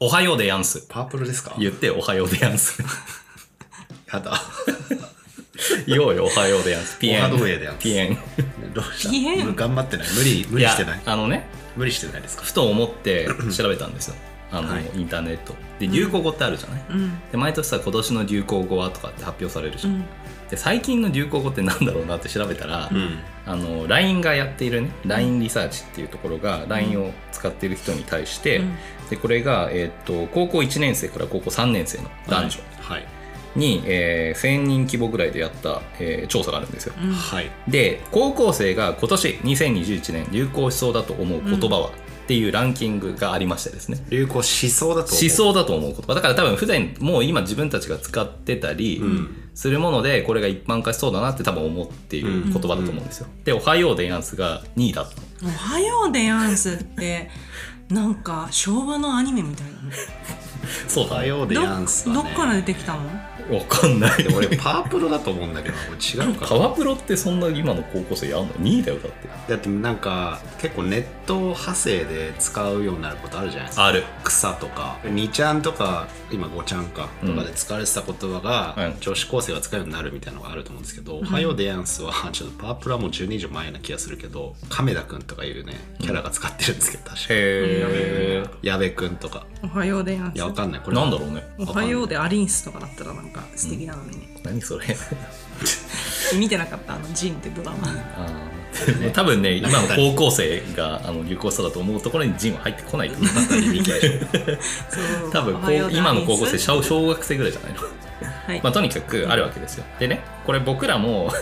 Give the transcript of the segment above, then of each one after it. おはようでやんす。パープルですか言っておはようでやんす。 やだ。言おうよ、おはようでやん す。ピエン。おはどうやでやんすピエン。 どうしたピエンもう頑張ってない。無理、無理してないや。あのね、無理してないですかふと思って調べたんですよ。あの、はいインターネット。で、流行語ってあるじゃない、うんで毎年さ、今年の流行語はとかって発表されるじうゃん。んで、最近の流行語ってなんだろうなって調べたら、うん。あの、LINE がやっているね、LINE リサーチっていうところが、LINE を使っている人に対して、うんで、これが、えっと、高校1年生から高校3年生の男女はい。に、えー1000人規模ぐらいでやった、えー調査があるんですよ。うんはい。で高校生が今年2021年流行しそうだと思う言葉は、っていうランキングがありましてですね流行しそうだと思う。思想だと思う言葉だから多分普段もう今自分たちが使ってたりうん。するものでこれが一般化しそうだなって多分思っている言葉だと思うんですよ、で「おはようでやんす」が2位だったおはようでやんすってなんか昭和のアニメみたいなねそうおだはよようでやんすどはねどっから出てきたのわかんないで俺、パープルだと思うんだけど、俺違う パかな。ワプロってそんな今の高校生やんの2位だよだってだってなんか、結構ネット派生で使うようになることあるじゃないですか。ある草とか2ちゃんとか今5ちゃんかとかで使われてた言葉が、うん女子高生が使うようになるみたいなのがあると思うんですけど「おはようデヤンスは」 ちょっとパワープラもう10年以上前な気がするけど亀田くんとかいうねキャラが使ってるんですけど確かへえ矢部くんとかおはようでやんいすやわかんないこれなんだろうねおはようでアリンスとかだったらなんか素敵なのにね、何それ見てなかったあのジンってドラマあー多分ね、今の高校生があの流行しただと思うところにジンは入ってこない と思そうう。多分おこはよううでアリンス今の高校生小、小学生ぐらいじゃないの。はいまあ、とにかくあるわけですよ。でね、これ僕らも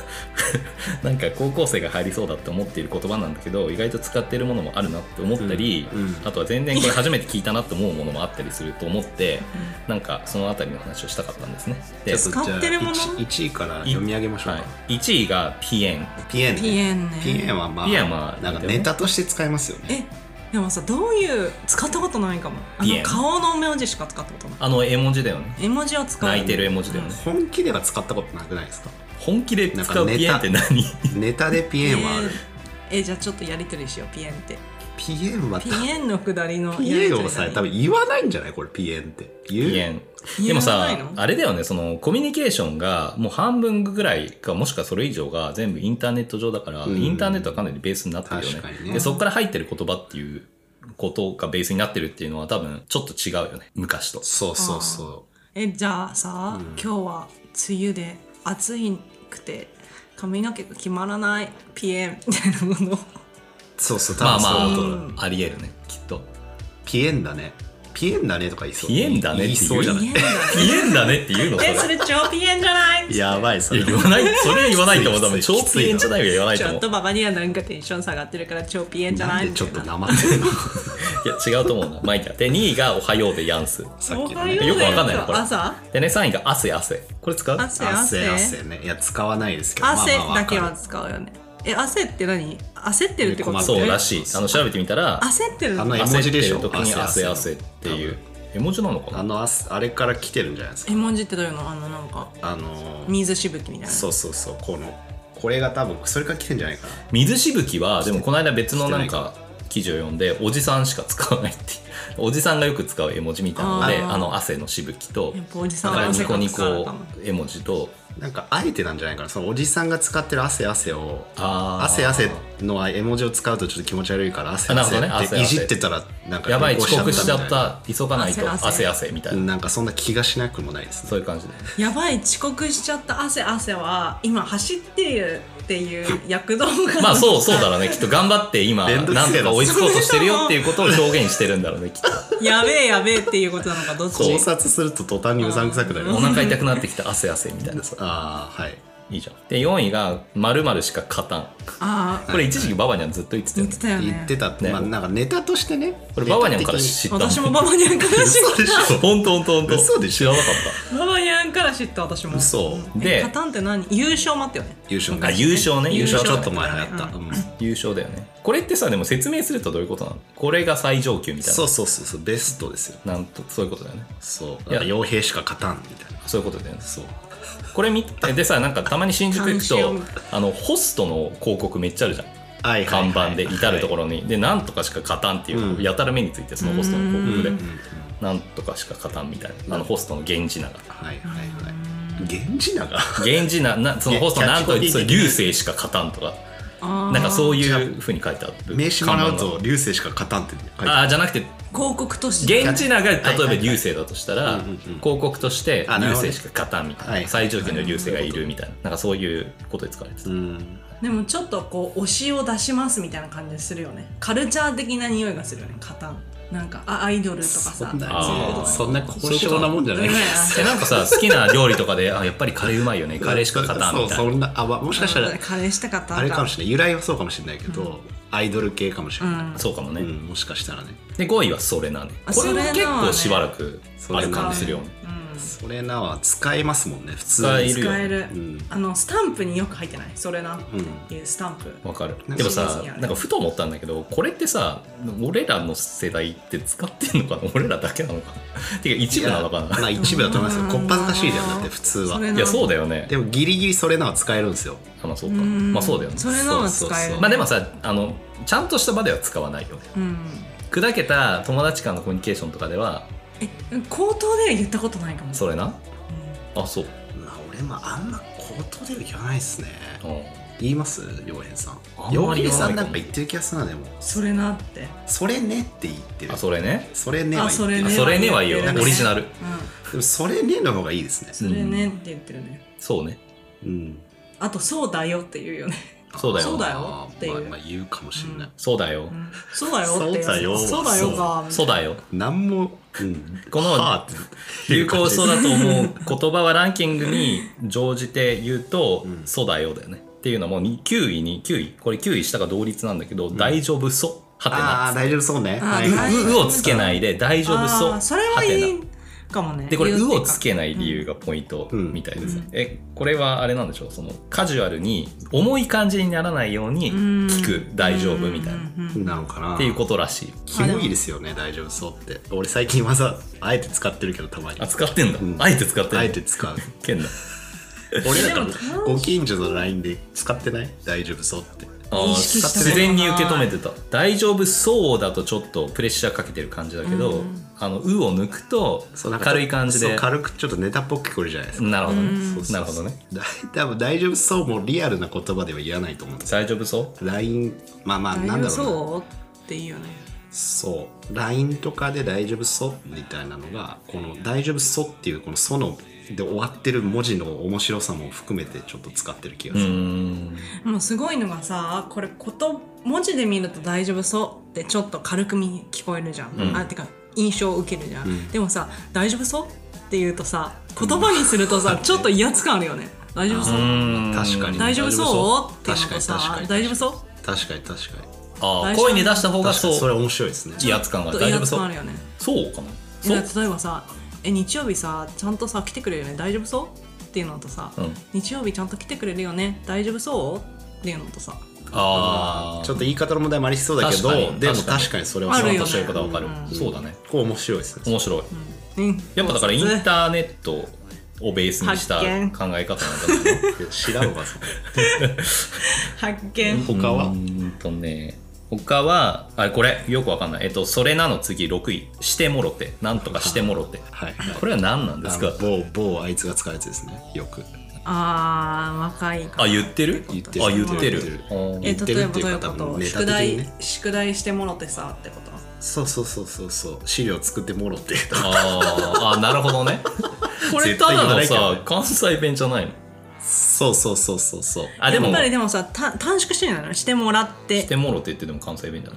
なんか高校生が入りそうだって思っている言葉なんだけど、意外と使っているものもあるなって思ったり、うんうんあとは全然これ初めて聞いたなって思うものもあったりすると思って、なんかそのあたりの話をしたかったんですね。で、ちょっとじゃ使あってるもの 1, 位から読み上げましょうか、はい、1位がピエン。ピエンねピエンねピエンはまあピエンはなんかネタとして使いますよねえでもさどういう使ったことないかもあピエのン顔の名字しか使ったことないあの絵文字だよね。絵文字は使う泣いてる絵文字だよね。本気では使ったことなくないですか本気で使うピエンって何ネタでピピエエンはあるンえじゃあちょっとやりとりしようピエンってピエンはピエンの下りのやりピエンとりをださね多分言わないんじゃないこれピエンって言うピエン言でもわないさのあれだよねそのコミュニケーションがもう半分ぐらいかもしくはそれ以上が全部インターネット上だから、んインターネットはかなりベースになってるよ確かねにねでそこから入ってる言葉っていうことがベースになってるっていうのは多分ちょっと違うよね昔とそうそうそえじゃあさ、今日は梅雨で暑いくて髪の毛が決まらないピエンみたいなものうそうそう多まあ分まそうあ、だとう思う、んありえるねきっとピエンだねピエンだねとか言いそうピエンだねって言い言そううじじゃゃなないいピエンだねピエンだねって言うのそれえそれ超ピエンじゃな いやばいそいれや言わないそれ言わないと思う多分きつい超ピエンじゃないよ言わないちとょ思っうとババにはなんかテンション下がってるから超ピエンじ ゃなないんでみちたょっいとな黙ってるのいや違うと思うなまあいいやで2位が「おはよう」でやんすさ っきおのはよねうよくわかんないなだよこれ朝でね3位が「汗汗」これ使う汗汗汗汗ねいや使わないですけど汗まあまあだけわはか使うよねえ汗って何焦ってるってことねそうらしいあの調べてみたら焦ってるあ焦の絵文って字でしるょ時に汗汗汗汗っていう絵文字なのかるなあのあすあれから来てるんじゃないですか絵文字ってどういうのあのなんかあのー水しぶきみたいなそうそうそうこのこれが多分それから来てんじゃないかな水しぶきはでもこの間別のなんしてなか記事を読んでおじさんしか使わないっていう おじさんがよく使う絵文字みたいなのであーあの汗のしぶきとやっぱおじさんあはのニ汗コかニくからコかも絵文字となんかあえてなんじゃないかなそのおじさんが使ってる汗汗をあー汗汗の絵文字を使うとちょっと気持ち悪いから汗あなるほど汗ねって汗汗いじってたらなんかやばい流行遅刻しちゃっみいたな急がないと汗汗汗汗みたいななんかそんな気がしなくもないですねそういう感じでやばい遅刻しちゃった汗汗は今走っているっていう躍動がまあそうそうだろうねきっと頑張って今めなんんとどくせえなか追いつこうとしてるよっていうことを表現してるんだろうねきっとやべえやべえっていうことなのかどっち考察すると途端にうさんくさくなりおます腹痛くなってきた汗汗みたいなさああはいいいじゃん。で、4位が、〇〇しか勝たん。ああこれ一時期ババニャンずっと言ってたよ言っねて。た言ってたよねって、ねまあなんかネタとしてねこれババニャンからネ知ったの。私もババニャンから知タ的に嘘でしょ 本当本当本当。嘘でし知らなかったババニャンから知った私も嘘ででカタンって何優勝待ってよね優勝った。あ、優勝ね。優優勝勝ちちょょっっとと前流行った、うん優勝だよね。これってさ、でも説明するとどういうことなのこれが最上級みたいそうそうそうそうベストですよな。なんと、そういうことだよね。そういやなんか傭兵しか勝たんみたいなそういうことだよね。そうこれ見て、でさ、なんかたまに新宿行く監視をと見、あの、ホストの広告めっちゃあるじゃん。はいはいは看い板で至る所に。で、なんとかしか勝たんっていう、うんやたら目について、そのホストの広告うでん。なんとかしか勝たんみたいな。あの、ホストの源氏名が。はいはいはい源氏名が源氏名、なそのホストいやなんとキャッチコピそー的うに流星しか勝たんとか。ななんかそういういうふうに書いてある。名刺もら看う板と流星しか勝たんって書いてが。あああ、じゃなくて、広告として現地名が例えはいはいはばい流星だとしたうんらうんうん広告としてあな流るほど星しか勝たんみたいな、はい最上級の流星がいるみたいななんかそういうことで使われてた、るうんでもちょっとこう推しを出しますみたいな感じするよねカルチャー的な匂いがするよねカタンなんかあアイドルとかそさんなあーそんな高尚なもんじゃないねでなんかさ好きな料理とかであやっぱりカレーうまいよねカレーしか勝たんみたいそうなそんなあまあもしかしたらカレーしたかったあれかもしれない由来はそうかもしれないけど、アイドル系かもしれない、うんそうかもね、うんもしかしたらねで5位はそれなんであこれは結それなはね構しばらくある感じするよねそれなは使えますもんね普通使えにるうん、よ使える、うんあのスタンプによく入ってないそれなっていうスタンプ、わかるなんでかもシリーさズにあるなんかふと思ったんだけどこれってさ俺らの世代って使ってんのかな 俺らだけなのかな ていうか一部なのかないやまあ一部だと思いますようんこっぱずかしいじゃんだって普通はそれいなやそうだよねでもギリギリそれなは使えるんですよあまあそううかんまあそうだよねそれなはそ使えるうそうそうまあでもさあのちゃんとした場では使わないよねうん、砕けた友達間のコミュニケーションとかではえ口頭では言ったことないかもそれなあそう、まあ俺もあんま口頭では言わないですねうん、言います洋平さんあん洋まり平言わさないんなんか言ってる気がするなでもそれなってそれねって言ってるあそれねそれねはあ言そってれあるねそれねは言うなんかオリジナルうでもそれねの方がいいですねん、それねって言ってるね、そうねうんあとそうだよって言うよね、そうだよそうだよあーっていうまあ、まあ言うかもしれない、そうだよ、うん、そうだよってそうだよそうだよかそうだよなんも、うん、このはあって流行しそうだと思う言葉はランキングに乗じて言うと「んそうだよ」だよねっていうのもに9位に9位これ9位下が同率なんだけど「大丈夫そう」はてああな大丈夫そうねあー「はいは大い丈う」うをつけないで「大丈夫そう」あはーそれはいていなかもねでこれ「言う」ってをうかつけない理由がポイントみたいです、うんえこれはあれなんでしょうそのカジュアルに重い感じにならないように聞く「大丈夫」みたいな、うんうんうんなのかなっていうことらしいキモいですよね大丈夫そうって俺最近わざあえて使ってるけどたまにあ使ってんだ、うんあえて使ってんだあえて 使うけんだ俺なんでかもご近所の LINE で使ってない大丈夫そうってあー意識したこと自然に受け止めてた大丈夫そうだとちょっとプレッシャーかけてる感じだけど、うんあの「う」を抜くとそうなんか軽い感じそうで軽くちょっとネタっぽく聞こえるじゃないですか、なるほどうねんそうそうそうなるほどねだ多分大丈夫そうもリアルな言葉では言わないと思うんですよ大丈夫そう LINE まあまあ大なん丈だろ夫うなそうっていうよねそう LINE とかで「大丈夫そう」みたいなのがこの「大丈夫そう」っていうこの「そ」ので終わってる文字の面白さも含めてちょっと使ってる気がうすーる、んもうすごいのがさこれこと文字で見ると大丈夫そうってちょっと軽く見聞こえるじゃん、うんあてか印象を受けるじゃん、でもさ大丈夫そうって言うとさ言葉にするとさ、ちょっと威圧感あるよね大丈夫そうう、ーん確かに大丈夫そうって言うと確かさに確かに大丈夫そう確かに確かにああ声に出した方が確かにそそれう面白いですね威圧感がちょっと大威丈夫圧そ感あうるよねそうかなそだうから例えばさえ日曜日さちゃんとさ来てくれるよね大丈夫そうっていうのとさ、うん日曜日ちゃんと来てくれるよね大丈夫そうっていうのとさああちょっと言い方の問題もありそうだけど確かにでも確かに確かにそれはあそるうよそういうことはわかる、うんそうだねこう面白いですね面白いうんやっぱだからインターネットをベースにした考発見え方なんだろうね知らんわそれ発見他はうーんとね他はあこれよくわかんないえっとそれなの次6位してもろてなんとかしてもろてはいこれは何なんですあかの某某あいつが使うやつですねよくあー若いからあ言ってる言ってるあ言ってる言ってるあーえ言って例えるっばてどういいううかこ多分とネタ宿的に題、ね宿題してもろてさってことそうそうそうそうそう資料作ってもろって あーあなるほどねこれ絶た対言わだなのいけどねさ関西弁じゃないのそうそうそうそうそうあでもやっぱりでもさた短縮してるのよしてもらってしてもろてってでも関西弁じゃな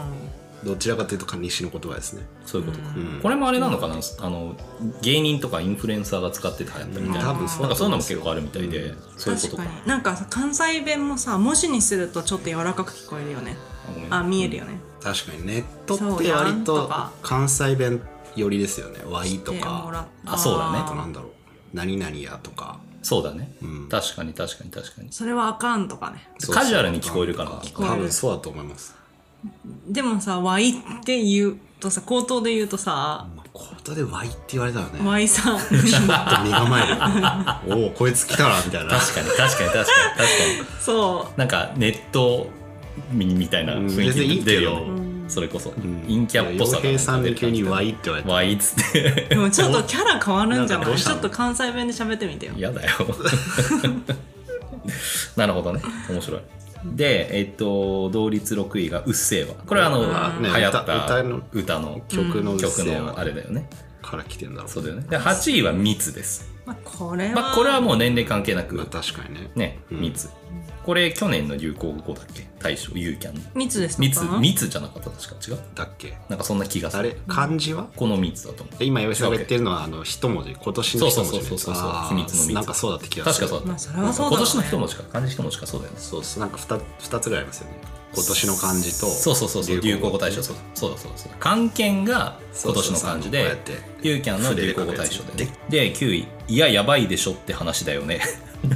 いうんどちらかというと西の言葉ですね、そういうことか、うん、これもあれなのかなあの芸人とかインフルエンサーが使ってて流行ったみたいな,、多分そなうんだかとそういうの思んもです結よ構あるみたいで、そういうこ確とかかになんかさ関西弁もさ文字にするとちょっと柔らかく聞こえるよねごめんあ見えるよね、確かにネットっそうてやん割ととか関西弁寄りですよね「わい」とでもらかったあそうだねあとなんだろう「何々や」とかそうだね、ん確かに確かに確かにそれはあかんとかねそうカジュアルに聞こえるからそう聞こえる多分そうだと思います、でもさ「わい」って言うとさ口頭で言うとさまあ、コートで「わい」って言われたら「ねわいさん」ちょっと身構え るよおおこいつ来たらみたいな確かに確かに確かに確かにそなんかネット民みたいな雰囲うん別にい気出いけるどよ、それこそ、ん陰キャっぽさ洋平さんにで急に「わい」って言われたわいっつって うでもちょっとキャラ変わるんじなゃなんかどいうしちたょのっと関西弁で喋ってみてよ嫌だよ なるほどね面白いでえっと同率6位が「うっせぇわ」これはあの、うんね流行った歌歌の歌の曲のうっ曲せぇわのあれだよね、から来てんだろそううだよねで8位は「密」です、まあこれは、まあ、これはもう年齢関係なくまあ確かにねね「うん密」これ去年の流行語だっけ大賞ユーキャンの密です密密じゃなかった確か違うだっけなんかそんな気がすあれる漢字はこの密だと思う今岩井さんが言ってるのはあの一文字今年の一文字のやつそうそうそうそうそうあー秘密の密なんかそうだって気が確すかるそうだった、まあそれはそうだろうね今年の一文字か漢字一文字かそうだよねそうそうなんか 2, 二つぐらいありますよね今年の漢字とそうそうそうそう流行語大賞そうだそうだそうだそうだ漢検が今年の漢字でそうそうそうこうやってユーキャンの流行語大賞だよね筆で書で9位「いややばいでしょ」って話だよね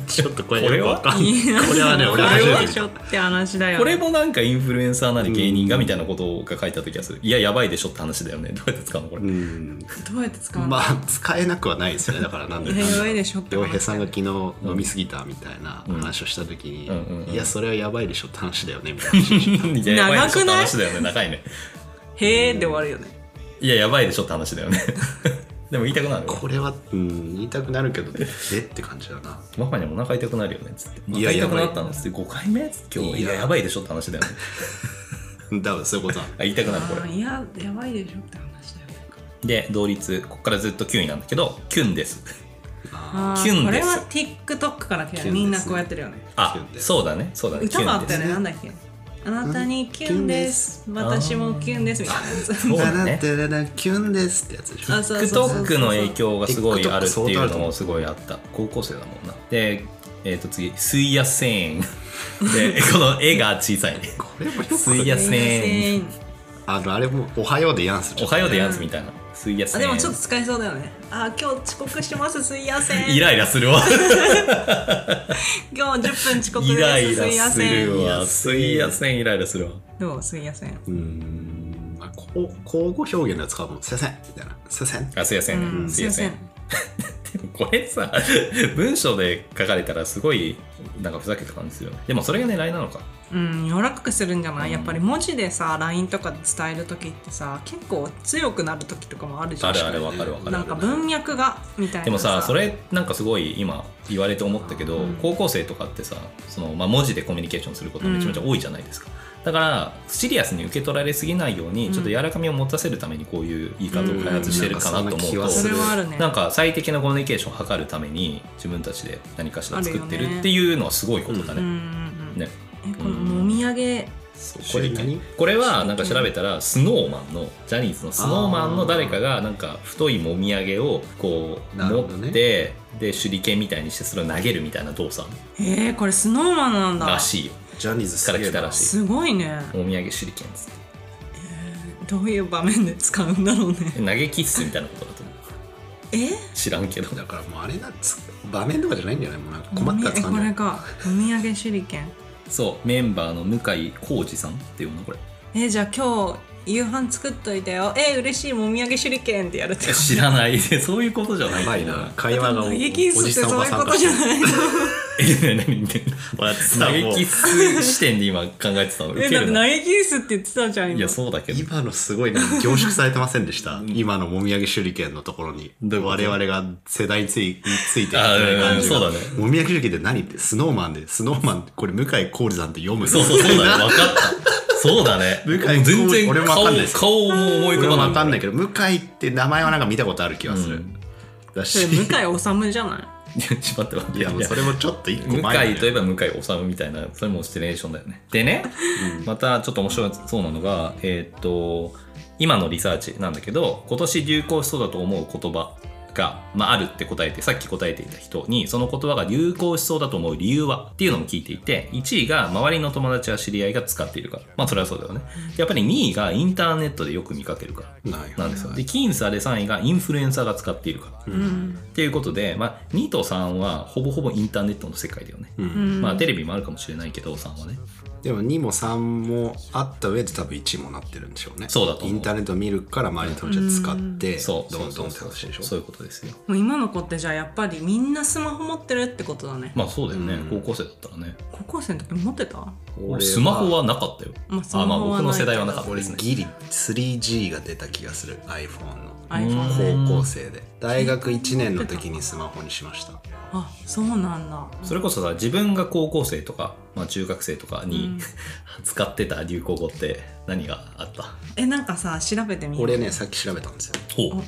ちょっとこれこれはよくわかんないこれはね俺初はめてち見ょって話だよ、ね、これもなんかインフルエンサーなり芸人がみたいなことが書いてあった気がする「いややばいでしょ」って話だよねどうやって使うのこれ、たうんどうやって使うの、まあ使えなくはないですよねだからなんでいややばいでしょって良平さんが昨日飲みすぎたみたいな話をした時に、うんうんうんいやそれはやばいでしょって話だよねみたいな話 いややばいでしょって長くない話だよね長いねへえで終わるよねいややばいでしょって話だよね でも言いたくなるよこれは、うん、言いたくな るけどえって感じだなママにお腹痛くなるよねっつって「おい腹や痛やくばいなったの?」っつって5回目っつって今日「いいやややばいでしょ」って話 だよね多分そういうことなのあ言いたくなるこれあーいややばいでしょって話だよねで同率ここからずっと9位なんだけど「キュンです」あーキュンこでれすは TikTok から来キュンでたすよみんなこうやってるよねキュあンですそうだねそうだね歌があったよねキュなンんだっけあなたにキュンです私もキュンですみたいなやつキュンですそうだねだだだキュンですってやつでしょあそうそうそうそう TikTok の影響がすごいあるってい TikTok 相う当あのるもすごいあった高校生だもんなでえっ、と次「水野線」 でこの絵が小さい ねこれもよ「く水野線」あのあれも「おはよう」でやんす「おはようでやんす」みたいな「水野あ線」でもちょっと使えそうだよねあ今日遅刻しますすいやせんイライラするわ今日10分遅刻イライですすラいやすせんるわ水野線イライラするわどうすいやせんうん、まあ、こう交互表現で使うもん「せせん」みたいな「せせん」あ水野線うねんす水い野やせ線んこれさ 文章で書かれたらすごいなんかふざけた感じするよねでもそれが狙いなのかうん柔らかくするんじゃない、うんやっぱり文字でさ LINE とかで伝える時ってさ結構強くなる時とかもあるじゃんあるあるわかるわかるなんか文脈がみたいなでもさそれなんかすごい今言われて思ったけど、うん高校生とかってさその、まあ、文字でコミュニケーションすることめちゃめちゃ多いじゃないですか、だからシリアスに受け取られすぎないように、うんちょっと柔らかみを持たせるためにこういう言い方を開発してるかなと思うと、うんなんかんな気はそすれはあるねなんか最適なコミュニケーションを図るために自分たちで何かしら作ってあるよるねっていうのはすごいことだうんうんね。うんねえこのもみあげそうここれれ何これはなんか調べたらスノーマンのジャニーズのスノーマンの誰かがなんか太いもみあげをこうなる持ほっどて、ねで手裏剣みたいにしてそれを投げるみたいな動作えー、これスノーマンなんだらしいよジャニーズすからげえ来たらしすごいねいもみあげ手裏剣っつっどういう場面で使うんだろうねて投げキッスみたいなことだと思うえ知らんけどだからもうあれだつ場面とかじゃないんじゃないもうなんか困もっみたらえ使うこんじゃなれいかもみあげ手裏剣そうメンバーの向井浩二さんっていうの これえじゃあ今日夕飯作っといたよえー、嬉しいもみあげ手裏剣ってやるってこと知らない そういうことじゃないやばいな会話がお投おげキッスってじさんおそうばいうさんこ化とじゃしてないのえ何何 俺さ投げもうキッス視点で今考えてたの受えけだっるて投なげキッスって言ってたじゃん今いやそうだけど今のすごいね凝縮されてませんでした今のもみあげ手裏剣のところにどういうこと我々が世代ついついてきてあないーう感んじそうだがねもみあげ手裏剣って何ってスノーマンでスノーマンこれ向井浩二さんって読むそうそうそうだね、分かった。そうだね。向井もう全然俺も分顔かんないです顔も思い浮俺かもばわなかい。んないけど向井って名前はなんか見たことある気がする、うんだそしれ向井治じゃないちょっと待っていやもう待っそて。れもちょっと一個向井前といえば向井治みたいな、それもシチュエーションだよね。でね、またちょっと面白そうなのが、えーっと、今のリサーチなんだけど、今年流行しそうだと思う言葉が、まあ、あるって答えて、さっき答えていた人に、その言葉が流行しそうだと思う理由はっていうのも聞いていて、1位が周りの友達や知り合いが使っているから。まあ、それはそうだよね。でやっぱり2位がインターネットでよく見かけるから。なんですよ。で、僅差で3位がインフルエンサーが使っているから。うんっていうことで、まあ、2と3はほぼほぼインターネットの世界だよね。うんまあ、テレビもあるかもしれないけど、3はね。でも2も3もあった上で多分1もなってるんでしょうねそうだと思うインターネット見るから周りの友達使ってそう、どんどんってそう話そうでしょそういうことですよ。もう今の子ってじゃあやっぱりみんなスマホ持ってるってことだね、まあ、そうだよね。うん高校生だったらね。高校生の時持ってた、ま俺、スマホはなかったよ。あ、スマあ、まあ、ホは僕のないけ世ど代はなかった俺ですね。ギリ 3G が出た気がする iPhone の iPhone で高校生で大学1年の時にスマホにしましたあそうなんだそれこそさ、自分が高校生とか、まあ、中学生とかに、うん 使ってた流行語って何があったえなんかさ調べてみよう俺ねさっき調べたんですよほう。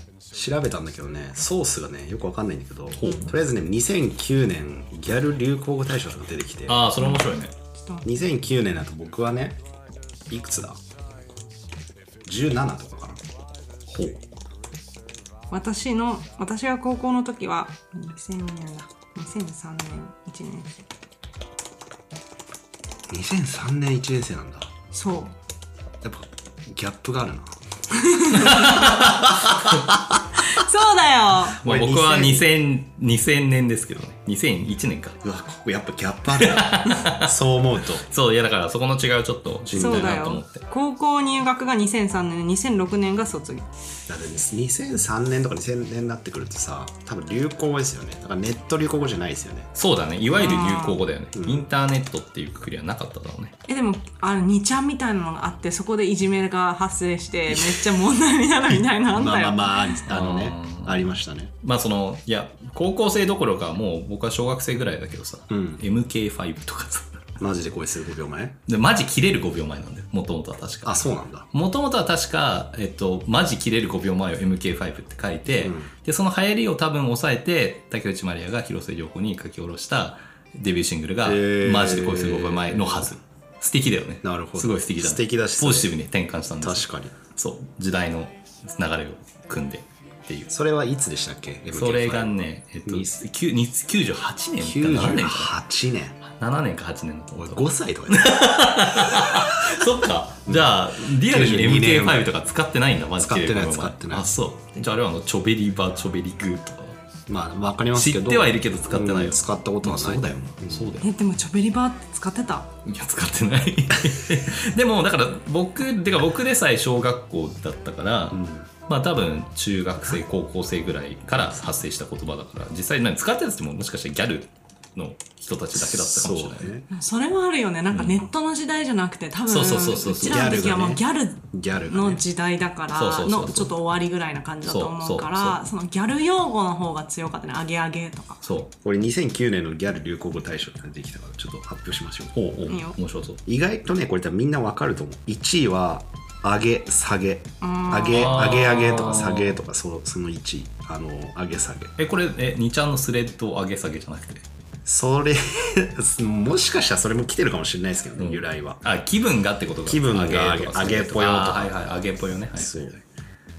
調べたんだけどねソースがねよくわかんないんだけどほうとりあえずね2009年ギャル流行語大賞が出てきてああ、それ面白いね。ちょっと待って2009年だと僕はねいくつだ17とかかなほう。私の私が高校の時は2000年だ2003年1年生2003年1年生なんだ そうやっぱギャップがあるなそうだよまあ、俺僕は2000 2000, 2000年ですけどね。2001年か。うわここやっぱギャップあるな そう思うとそう、いやだからそこの違いをちょっと知りそたういだなと思よって。高校入学が2003年2006年が卒業だ ってね2003年とか2000年になってくるとさ多分流行語ですよねだからネット流行語じゃないですよねそうだね。いわゆる流行語だよね。うんインターネットっていうくくりはなかっただろうね。えでもあの2ちゃんみたいなのがあってそこでいじめが発生してめっちゃ問題になるみたいなのあんまあまだよあまああのねうんありましたねまあその、いや、高校生どころかもう僕は小学生ぐらいだけどさ、うん MK5 とかさ。 マジでこれ数5秒前で、マジ切れる5秒前なんだよ。もともとは確あか。そうなんだもともとは確か、えっと、マジ切れる5秒前を MK5 って書いて、うんで、その流行りを多分抑えて、竹内まりやが広瀬涼子に書き下ろしたデビューシングルが、へーマジでこいつ5秒前のはず。素敵だよね。なるほどすごい素敵だ、ね、素敵だしポジティブに転換したんですよ確かにそう時代の流れを組んでっていうそれはいつでしたっけそれが MK5 ね、えっと、にきゅうに98年か7年か98年7年か8年だと思俺う5歳とかだよそっかじゃあリアルに92年 MK5 とか使ってないんだマジで使ってないこの前使ってないあそうじゃああれはあのチョベリバチョベリグーとかまあわかりますけど知ってはいるけど使ってないようん使ったことはないそうだよそうだよえでもチョベリバーって使ってたいや使ってない でもだから僕てか僕でさえ小学校だったから、まあ多分中学生高校生ぐらいから発生した言葉だから実際何使ってたってももしかしたらギャルの人たちだけだったかもしれない、そうねそれはあるよねなんかネットの時代じゃなくて多分そうそうそうそううちらの時はもうギャルギャルがのね時代だからそうそうそうそうのちょっと終わりぐらいな感じだと思うかそらそのギャル用語の方が強かったね「あげあげ」とかそう俺2009年のギャル流行語大賞ってできたからちょっと発表しましょうおうおういいよ面白そう意外とねこれ多分みんなわかると思う1位は上げ下げ上げあー上げ上げとか下げとかそその1位あの上げ下げえこれえ2ちゃんのスレッド上げ下げじゃなくてそれ もしかしたらそれも来てるかもしれないですけどね、うん由来はあ気分がってことか気分が上げとか上げぽよとかあーはいはい上げぽよねはいチそう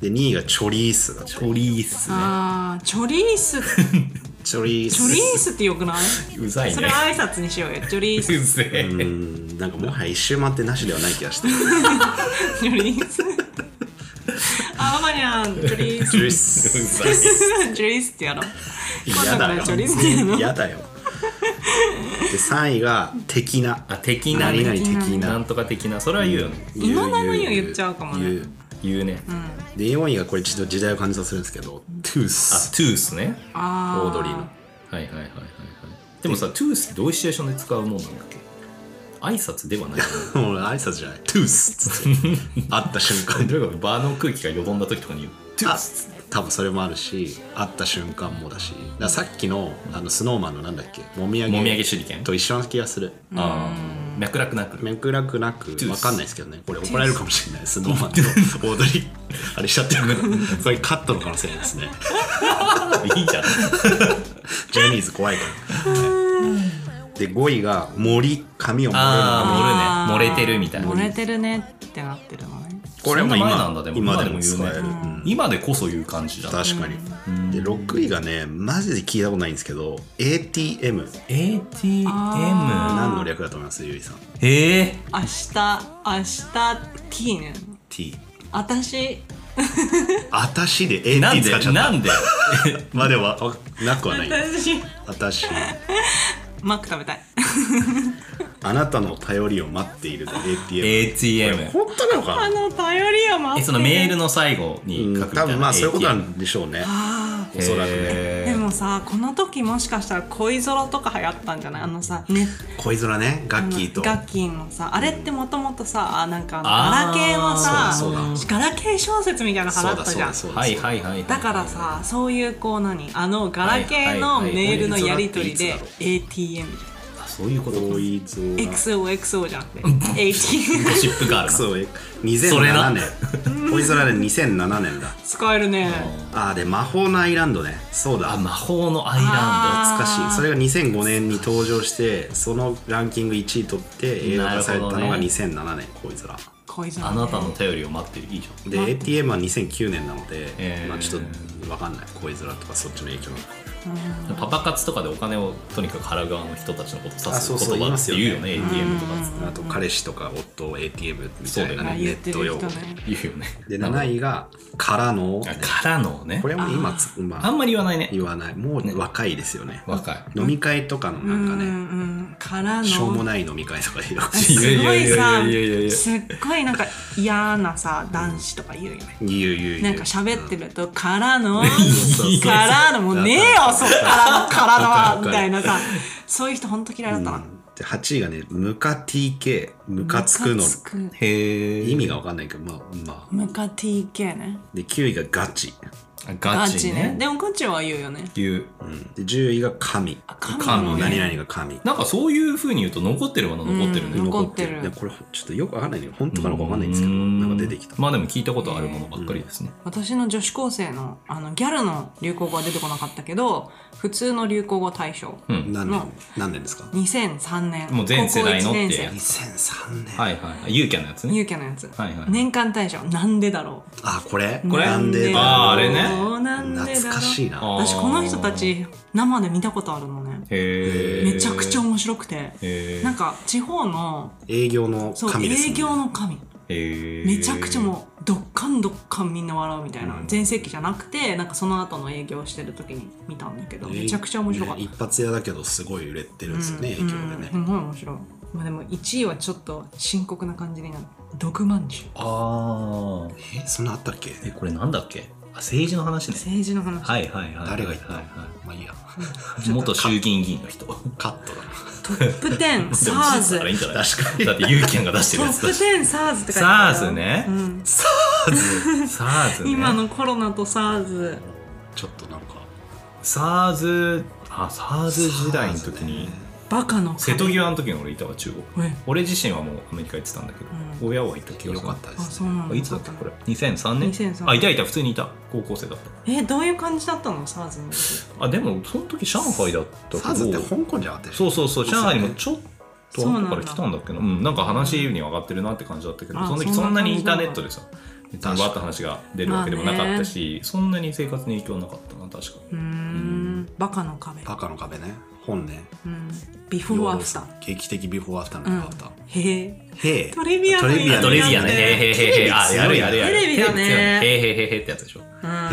で2位がチョリースだチョリースねあーチョリースチチョリースョリースってよくな うざいいそねれ挨拶にしようよチョリーうスぜえ、うんなんかもはや一周回ってなしではない気が してチョリ ースあママニャンチョリースチョリーうスざいチョリースってやろう嫌だよチョリースってやろう嫌だよで3位が敵なあ的な何ね々的ななんとか的なそれは言うよね、いまだに言っちゃうかもね言う言うね、あで4位がこれちょっと時代を感じさせるんですけどトゥーストゥースねオあードリーのはいはいはいはいはいでもさトゥースってどういうシチュエーションで使うもんなんだっけ挨拶ではないよね もう挨拶じゃないトゥースっつって 会った瞬間どういうこと場の空気がよどんだ時とかに言うトゥーあス多分それもあるし会った瞬間もだしだからさっきのあのスノーマンのなんだっけもみあげもみあげ手裏剣と一緒な気がするあ脈絡 なく。脈絡なく分かんないですけどねこれ怒られるかもしれないスノーマンとオードリーあれしちゃってるからそれカットの可能性ですねいいじゃん。ジャニーズ怖いから、はいで5位が森髪を盛あああ、ー漏れね。漏れてるみたいな漏。れてるねってなってるのねこれも今なんだ、でも。今今ででもも言うね使えるうん。今でこそ言う感じだ。確かに、で6位がねマジで聞いたことないんですけど ATM ATM。あ何の略だと思いますゆいさんええ。明日明日 T ね T 私あたしでなん AT 使っちゃで、っなたん で。まあでもわなくはない私あたしマック食べたいあなたの頼りを待っているで ATM ATM。本当なのかなあの頼りは待え、ってそのメールの最後にう書くんみた多いな。分まあそういうことな ATM んでしょうねあーおそらくねへでーもさこの時もしかしたら恋空とか流行ったんじゃないあのさね恋空ねガッキーとガッキーのさあれってもともとさあなんかああのーガラケーはさそうだそガラケー小説みたいなの流そ行うっだたそうじゃんだそうだはいはいはいはい。だからさそういうこう何あのガラケーのはいはいはいメールのやり取りで恋空っ ATM あ、そういうことか。ゴ恋空 XOXO じゃなくて ATM シップガールな。そうえそれ2007な年恋空で2007年だ使えるねあーで魔法のアイランドねそうだあ、懐魔法のアイランあーかしいそれが2005年に登場してそのランキング1位取って映画化されたのながるほどね2007年恋空恋ド。空あなたの頼りを待ってる。いいじゃん。で ATM は2009年なので、えーまあちょっと分かんない恋空とかそっちの影響なのかパパ活とかでお金をとにかく払う側の人たちのことを指あそうそすう言葉って言うよね言い ATM とかっつってあと彼氏とか夫を ATM みたいなそうだねよあネ言っッてトる用語人ね言うよねで7位が「からのあ」からのねこれも今つまああんまり言わないね言わないもう若いですよね若い飲み会とかのうなんんうかねんからのしょうもない飲み会とかでよくすごいさいやいやいやいやいやすっごいなんか嫌なさ男子とか言うよね言う言う言うなんか喋ってるると「からの」そうそうからのもうねえよそっからのからのは わかるわかるみたいなさそういう人ほんと嫌いだったなで8位がね「ムカ TK」「ムカつくのムカ」つくへえ意味が分かんないけどまあまあムカ TK ねで9位が「ガチガガチチねねでもガチは言うよね言う」うんで10位が「神」あ神神もね何ね々が神なんかそういうふうに言うと残ってるは残ってるうんね残ってるいやこれちょっとよく分かんないね本当かのか分かんないんですけどなんか出てきたまあでも聞いたことあるものばっかりですね私の女子高生のあのギャルの流行語は出てこなかったけど普通の流行語大賞うん何年何年ですか2003年もう全世代の高校一年って生2003年はいはいユーキャンのやつねユーキャのやつ、はいはい年間大賞なんでだろうあこれこれなんでだろうあーあれねなんでだろう懐かしいなあー私この人たち生で見たことあるのねへえめちゃくちゃ面白くてへなんか地方の営業のそう、神です営もんね業の神えめちゃくちゃもうどっかんどっかんみんな笑うみたいな全盛期じゃなくてなんかその後の営業してる時に見たんだけどめちゃくちゃ面白かったね一発屋だけどすごい売れてるんですよね、影響でねす、ごい面白いまあでも1位はちょっと深刻な感じになる毒まんじゅうああえそんなあったっけえこれなんだっけあ政治の話ね政治の話はいはいはい誰が言ったの、はいはまあいいやい元衆議院議員の人カットだトップ 10でも事 SARS 実ならいいん じゃない確かにだってユーキャンが出してトるやッつプだし10 SARS って書いてある SARS ねうん、 SARS ね今のコロナと SARS ちょっとなんか SARS あ SARS 時代の時に、バカの神瀬戸際の時に俺いたわ中国え俺自身はもうアメリカ行ってたんだけど、うん親は行った気がよするかったであすそねうなんあだいつだっけこれ2003年2003あいたいた普通にいた高校生だっえどういう感じだったの SARS の時たあでもその時上海だったけどサーズって香港じゃなかったでしそょうそうそう上海にもちょっとそう後なんだから来たんだっけどうん、なんか話には上がってるなって感じだったけどあその時そんなそんなに感インじタなーネんだットでさバーッと話が出るわけでもなかったし、そんなに生活に影響なかったな確かうーんバカの壁バカの壁ね本ねうんビフォーアフター劇的ビフォーアフターのアフター、へえへえトリビアのトリビいにアやのトリビアねへへーへーへーへーあやるやるやるテレビだねへーへーへーへーってやつでしょ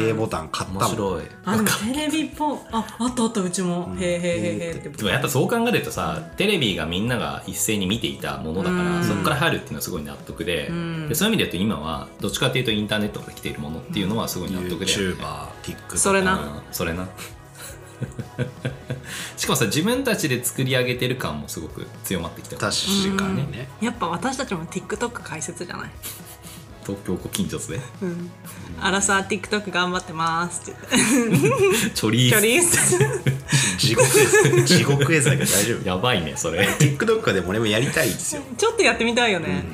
えボタン買った面も白んいあでもテレビっぽああったあったうちもへえへえへえへえってでもやっぱそう考えるとさテレビがみんなが一斉に見ていたものだから、うんそこから入るっていうのはすごい納得で,、んでそういう意味で言うと今はどっちかっていうとインターネットから来ているものっていうのはすごい納得で、 YouTuberTikTok それなうんそれなしかもさ自分たちで作り上げてる感もすごく強まってきた確かにねやっぱ私たちも TikTok 解説じゃない東京ご近所で うん。アラサー TikTok 頑張ってますって言って。ちょり距ー離すいいっす。地獄絵地獄絵剤が大 丈夫やばいねそれ TikTok でも俺もやりたいんですよ ちょっとやってみたいよね。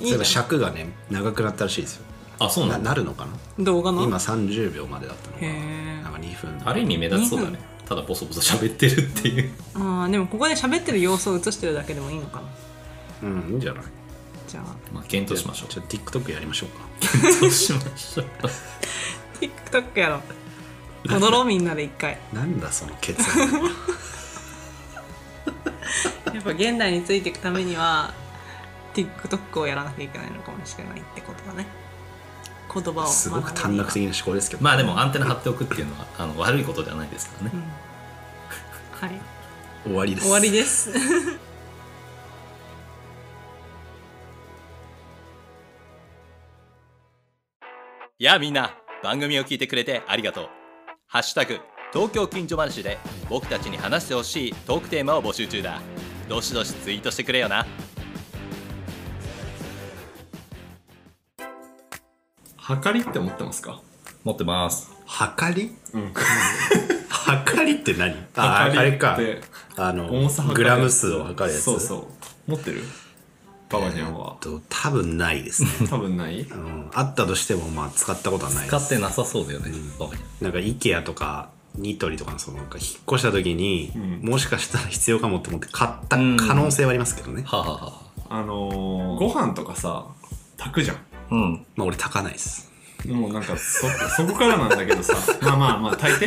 い例えいばじゃ尺がね長くなったらしいですよあそうななんだなるのかなん動画の。今30秒までだったのへがえなんか2分ある意味目立ちそうだねただボソボソ喋ってるっていうああでもここで喋ってる様子を映してるだけでもいいのかなうんいいんじゃないじゃあまあ検討しましょうじゃあ TikTok やりましょうか検討しましょう TikTok やろう踊ろうみんなで一回なんだその決 断はやっぱ現代についていくためには TikTok をやらなきゃいけないのかもしれないってことだね言葉を学ぶにはすごく短絡的な思考ですけどまあでもアンテナ張っておくっていうのはあの悪いことではないですからねうんはい終わりです終わりですやあみんな番組を聞いてくれてありがとう「ハッシュタグ東京近所話」で僕たちに話してほしいトークテーマを募集中だどしどしツイートしてくれよなはかりって持ってますか持ってますはかりうんはかりって何あはあかりれっかてあ重のさグ測るやつラム数を測るやつそうそう持ってるババニャンえはっと多分ないですね多分ないうんあったとしてもまあ使ったことはない使でっすてなさそうだよね、バカになんか IKEA とかニトリとかのそのなんか引っ越した時に、うんもしかしたら必要かもって思って買った可能性はありますけどね、はあ、はあはああのー、ご飯とかさ炊くじゃんうんまあ俺炊かない ですもうなんかそそこからなんだけ どさまあまあまあ炊いて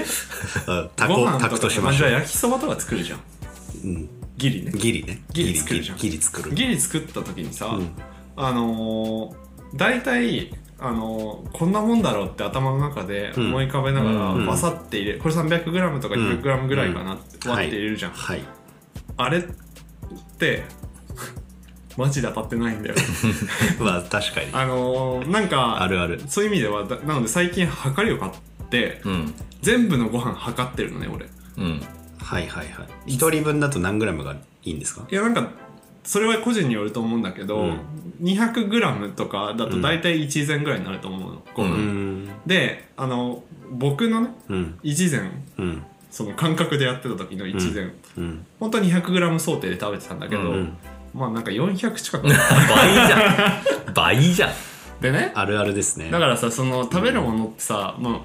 うん炊ごこう飯炊くとかとしましょあじゃあう、焼きそばとか作るじゃんうん、ギリねギリねギリ作ギるリじゃんギリ作るギリ作った時にさ、うんあのー、大体あのーこんなもんだろうって頭の中でうん思い浮かべながら、うんバサって入れこれ 300g とか 100g ぐらいかなってうん割って入れるじゃん、はい あれって、マジで当たってないんだよ。まあ確かにあのー、なんか、あるあるそういう意味では、だなので最近、測りを買って、うん全部のご飯測ってるのね、俺。うんはいはいはい一人分だと何グラムがいいんですかいや、なんか、それは個人によると思うんだけど、うん 200g とかだと大体1膳ぐらいになると思うの、ごうう飯。んで、あの、僕のね、うん1膳、うんその感覚でやってた時の1膳、うん本当は 200g 想定で食べてたんだけど、うんまあなんか400近 く。倍じゃん倍じゃんでね、あるあるですねだからさその食べるものってさ、まあ、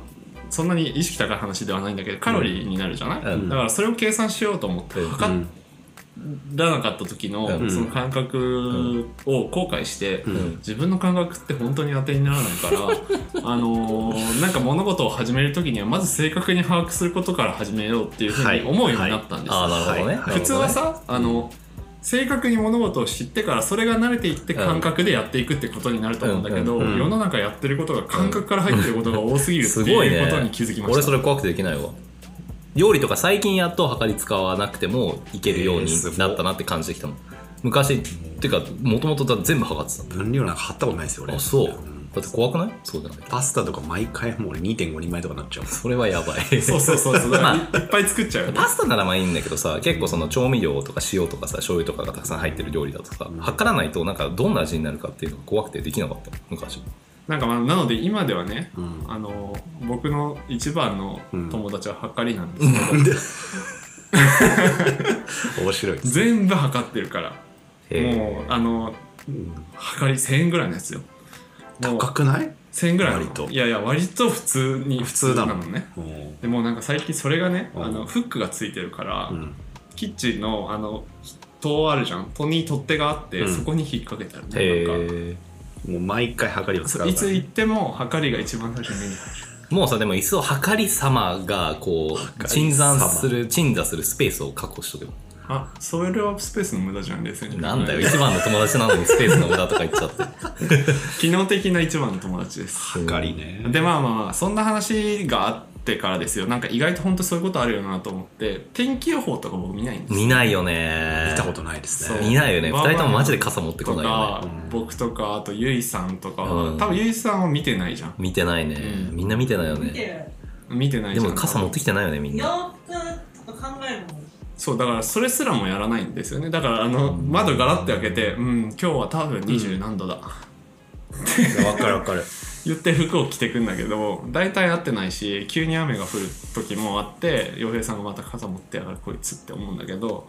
そんなに意識高い話ではないんだけどカロリーになるじゃない、うんだからそれを計算しようと思ってうん測らなかった時の、うんその感覚を後悔して、ん自分の感覚って本当に当てにならないから あのーなんか物事を始める時にはまず正確に把握することから始めようっていうふうに思うようになったんですよ、ああなるほどね、はい普通はさ、あの正確に物事を知ってからそれが慣れていって感覚でやっていくってことになると思うんだけど、うんうんうん世の中やってることが感覚から入ってることが多すぎるって すごいいねうことに気づきま俺しそた、れ怖くてできないわ料理とか最近やっとはかり使わなくてもいけるようにえーすごいなったなって感じてきたの昔っていうかもともと全部測って分量なんか貼ったことないですよた俺あそう、んだって怖くないそうじゃないパスタとか毎回もう俺2.5人前とかなっちゃうそれはやばいそうそうそうそうだからい まいっぱい作っちゃうよねパスタならまあいいんだけどさ結構その調味料とか塩とかさ醤油とかがたくさん入ってる料理だとさ測らないとなんかどんな味になるかっていうのが怖くてできなかった昔なんかまあなので今ではね、んあの僕の一番の友達ははかりなんですけど、 面白いです全部測ってるからへーもうあのはかり1000円ぐらいのやつよもう高くない1000円ぐらいなの割といやいや割と普通に普普通だなものんねうんでもうなんか最近それがね、うんあのフックがついてるから、うんキッチンのあの戸あるじゃん戸に取っ手があって、うんそこに引っ掛けたらねなんかへえもう毎回測りを使うそうからいつ行ってもはかりが一番最初に目に入るもうさでも椅子を測り様がこうり様鎮座する鎮座するスペースを確保しとけばあそれはスペースの無駄じゃん冷静になんだよ、 はい一番の友達なのにスペースの無駄とか言っちゃって。機能的な一番の友達です測りねでまあまあまあそんな話があってからですよなんか意外と本当そういうことあるよなと思って天気予報とか僕見ないんですよ見ないよね。見たことないですそうね見ないよね。まあ二人ともマジで傘持ってことないよかね。僕とかあとゆいさんとか、うん多分ゆいさんは見てないじゃん見てないね。うんみんな見てないよね。見てないでじゃんも傘持ってきてないよね、みんな。服とか考えるもんそうだからそれすらもやらないんですよねだからあの窓ガラッて開けてうん今日は多分20何度だ、わかるわかる。言って服を着てくんだけど大体合ってないし急に雨が降る時もあって洋平さんがまた傘持ってやがるこいつって思うんだけど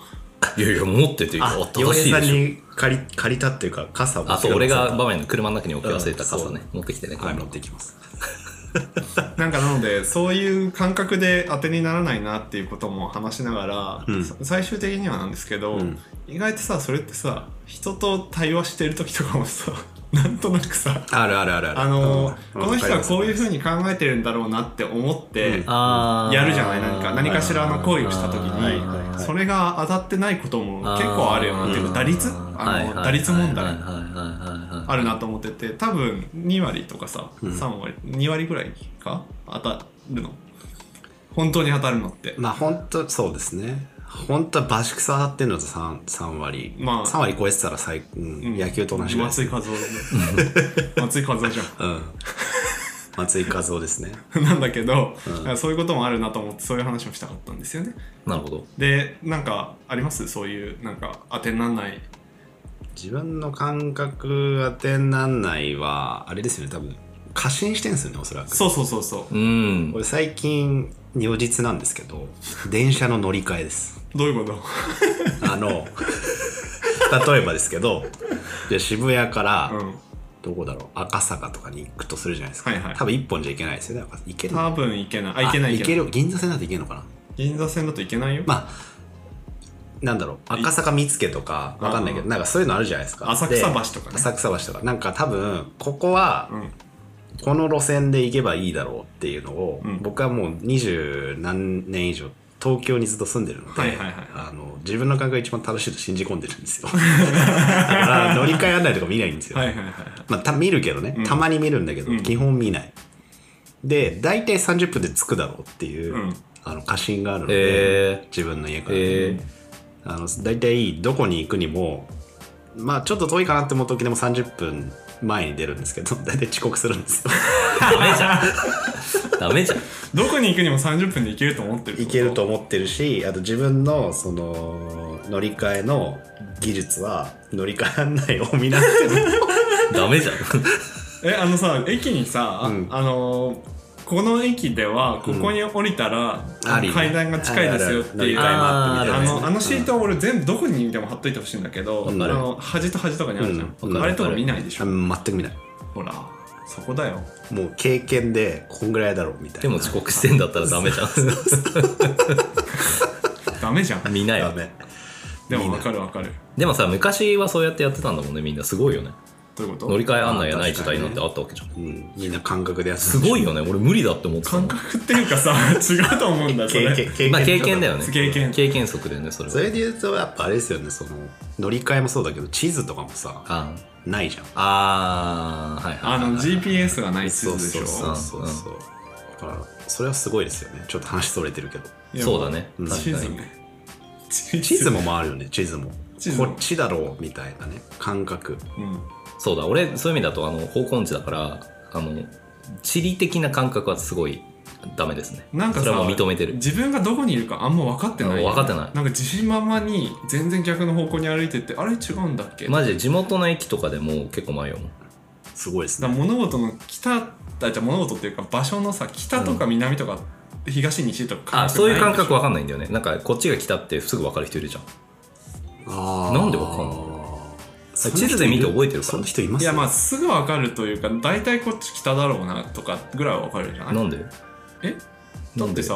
いやいや、持ってて、ああっ、た洋かしい平さでんしょ。に借り借りたっていうか傘をあと、俺がは場面の車の中に置き忘れた傘ね、持ってきてね、い今持度ってきますなんかなのでそういう感覚で当てにならないなっていうことも話しながら、うんさ最終的にはなんですけうど、ん意外とさそれってさ人と対話してる時とかもさ なんとなくさあるあるあるあるあのーうんこの人はこういうわふかりますうに考えてるんだろうなって思っうて、んあーやるじゃない何か何かしらの行為をした時はいはいはいにそれが当たってないこともあー結構あるよなっていううんか打率はいあはいはのい打率問はい題はいはいはいあるなと思ってて多分2割とかさうん3割2割ぐらいか当たるの本当に当たるのってまあ本当そうですね本当はバシクサ当たってるのと 3, 三割、まあ3割超えてたら最、うんうん野球と同じぐらいです松井和夫だ 松井和夫じうん、松井和夫ですねゃんなんだけどそういうこともあるなと思ってそういう話もしたかったんですよねなるほど。。でなんかありますそういうなんか当てになんない自分の感覚当てになんないはあれですよね多分過信してんすよねおそらくそうそうそうそううん俺最近如実なんですけど電車の乗り換えです どういうことあの例えばですけどじゃあ渋谷から、うんどこだろう赤坂とかに行くとするじゃないですか、はいはい多分一本じゃ行けないですよね赤行ける多分いけないあいけなあい行ける銀座線だと行けるのかな銀座線だといけないよ、まあなんだろう赤坂見附とかわかんないけうどなんかそういうのあるじゃないですか浅草で橋とかね浅草橋とかなんか多分ここはうん、この路線で行けばいいだろうっていうのを、うん僕はもう二十何年以上東京にずっと住んでるので、はいはいはいあの自分の感覚が一番正しいと信じ込んでるんですよ だから乗り換え案内とか見ないんですよ、はいはいはいはいまあ、た見るけどね、うんたまに見るんだけど、うん基本見ないで大体30分で着くだろうっていう、うんあの過信があるので、え自分の家かー、らえね、あの大体どこに行くにもまあちょっと遠いかなって思う時でも30分前に出るんですけど 大体遅刻するんですよー、ダメじゃん。ダメじゃん。どこに行くにも30分で行けると思ってる 行けると思ってるしあと自分のその乗り換えの技術は乗り換え案内を見なくてもダメじゃん。えあのさ駅にさ、うんあのーこの駅ではここに降りたら、 ありね階段が近いですよっていあるある乗り換えうもあってみたあいなやつのあのシート俺全部どこにでも貼っといてほしいんだけど、うんあの端と端とかにあるじゃん、うんうんあれとか見ないでしょ、うん全く見ないほらそこだよもう経験でこんぐらいだろうみたいなでも遅刻してんだったらダメじゃん。ダメじゃん見ないダよ。メでもわかるわかるでもさ、昔はそうやってやってたんだもんね、みんな。すごいよね。どういうこと乗り換え案内がない時代なんてあったわけじゃん。うん、みんな感覚でやってすごいよね。俺無理だって思ってたも感ん。覚っていうかさ 違うと思うんだそれ経験経験まあ経験だよね。経験経験則だよね、それそは。れで言うとやっぱあれですよねその乗り換えもそうだけど地図とかもさあないじゃんあー、はいはいあはいはい。の GPS がない地図そうでしそょうそうそうそうだからそれはすごいですよねちょっと話それてるけどいやそうだね。うん確地か図に。ね地地図も回るよね地図も地図こもっちだろうみたいなね感覚うんそうだ、俺、そういう意味だと、あの、方向音痴だから、あの、地理的な感覚はすごいダメですね。なんかそれさはもう認めてる。自分がどこにいるかあんま分かってない分かってないなんか自信満々に全然逆の方向に歩いてってあれ違うんだっけ、マジで地元の駅とかでも結構迷うもん。すごいですだねから物事の北あじゃあ物事っていうか場所のさ北とか南とか、東西とかあ、そういう感なでし覚ょわかんないんだよね。なんか、こっちが来たってすぐ分かる人いるじゃん。あなんでわかんないの地図で見て覚えてるからその人いますいやまあすぐ分かるというか大体こっち北だろうなとかぐらいは分かるじゃないなんでえなだっんてでさ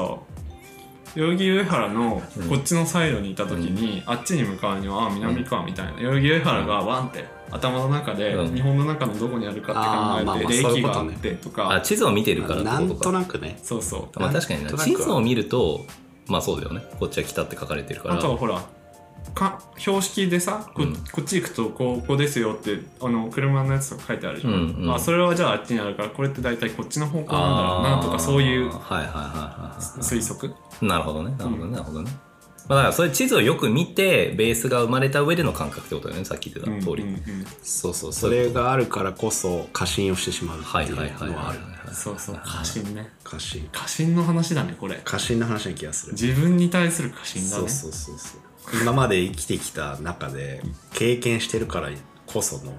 代々木上原のうんこっちのサイドにいた時に、あっちに向かうにはあ南かみたいな代々木上原がワンって頭の中で、うん日本の中のどこにあるかって考えて、あーまあまあそうい駅うこがあとっねてとかあ、地図を見てるからってなことんとか。なくねそうそうまあ確かになんとな。なくは地図を見ると、まあそうだよね。こっちが来たって書かれてるかあとはら。ほらか標識でさこ,、うんこっち行くとこうここですよってあの車のやつとか書いてあるじゃん、うんうんあそれはじゃああっちにあるからこれって大体こっちの方向なんだろうなとかそういうあーはいはいはいはいはい。推測なるほどね、なるほどね、なるほどね。まあ、だからそういう地図をよく見て、ベースが生まれた上での感覚ってことだよね、さっき言ってた通り。うんうんうんそうそう、それがあるからこそ過信をしてしまうってはいいうはいはいのははあいる。そうそう過信ね過信過信の話だねこれ過信の話な気がする自分に対する過信だねそうそうそうそう今まで生きてきた中で経験してるからこその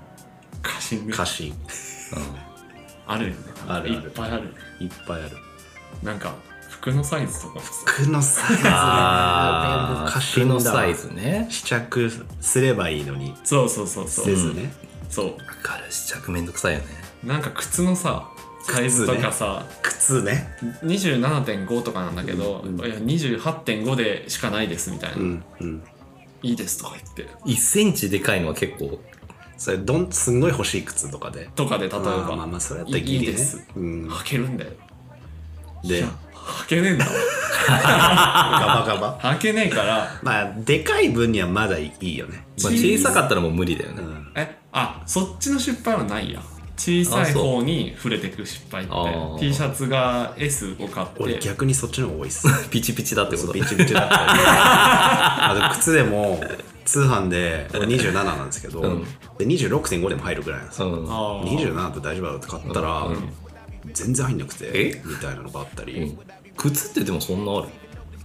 過信ね過信あるよねあるあるいっぱいあるいっぱいあるなんか服のサイズとかもさ服のサイズああ、ね服のサイズね。試着すればいいのにそうそうそうそせうずね、そわかる、試着めんどくさいよね。うなんか靴のさサイズとかさ、靴ね27.5とかなんだけど、いや28.5でしかないですみたいな、うんうんいいですとか言って1センチでかいのは結構、それどんすんごい欲しい靴とかでとかで例えばあーまあまあそれやったらギリねいいですうん、履けるんだよで履けねえんだわガバガバ履けねえから まあでかい分にはまだいいよね、まあ、小さかったらもう無理だよね。うん、えあそっちの失敗はないや小さい方に触れてく失敗ってあそう T シャツが S を買って俺逆にそっちの方が多いっすピチピチだってことビチビチだ ったりあと靴でも通販で俺27なんですけど、うんで26.5でも入るぐらいなんですよ、うん。あー27だと大丈夫だろうって買ったら、全然入んなくてえみたいなのがあったり、うん靴ってでもそんなある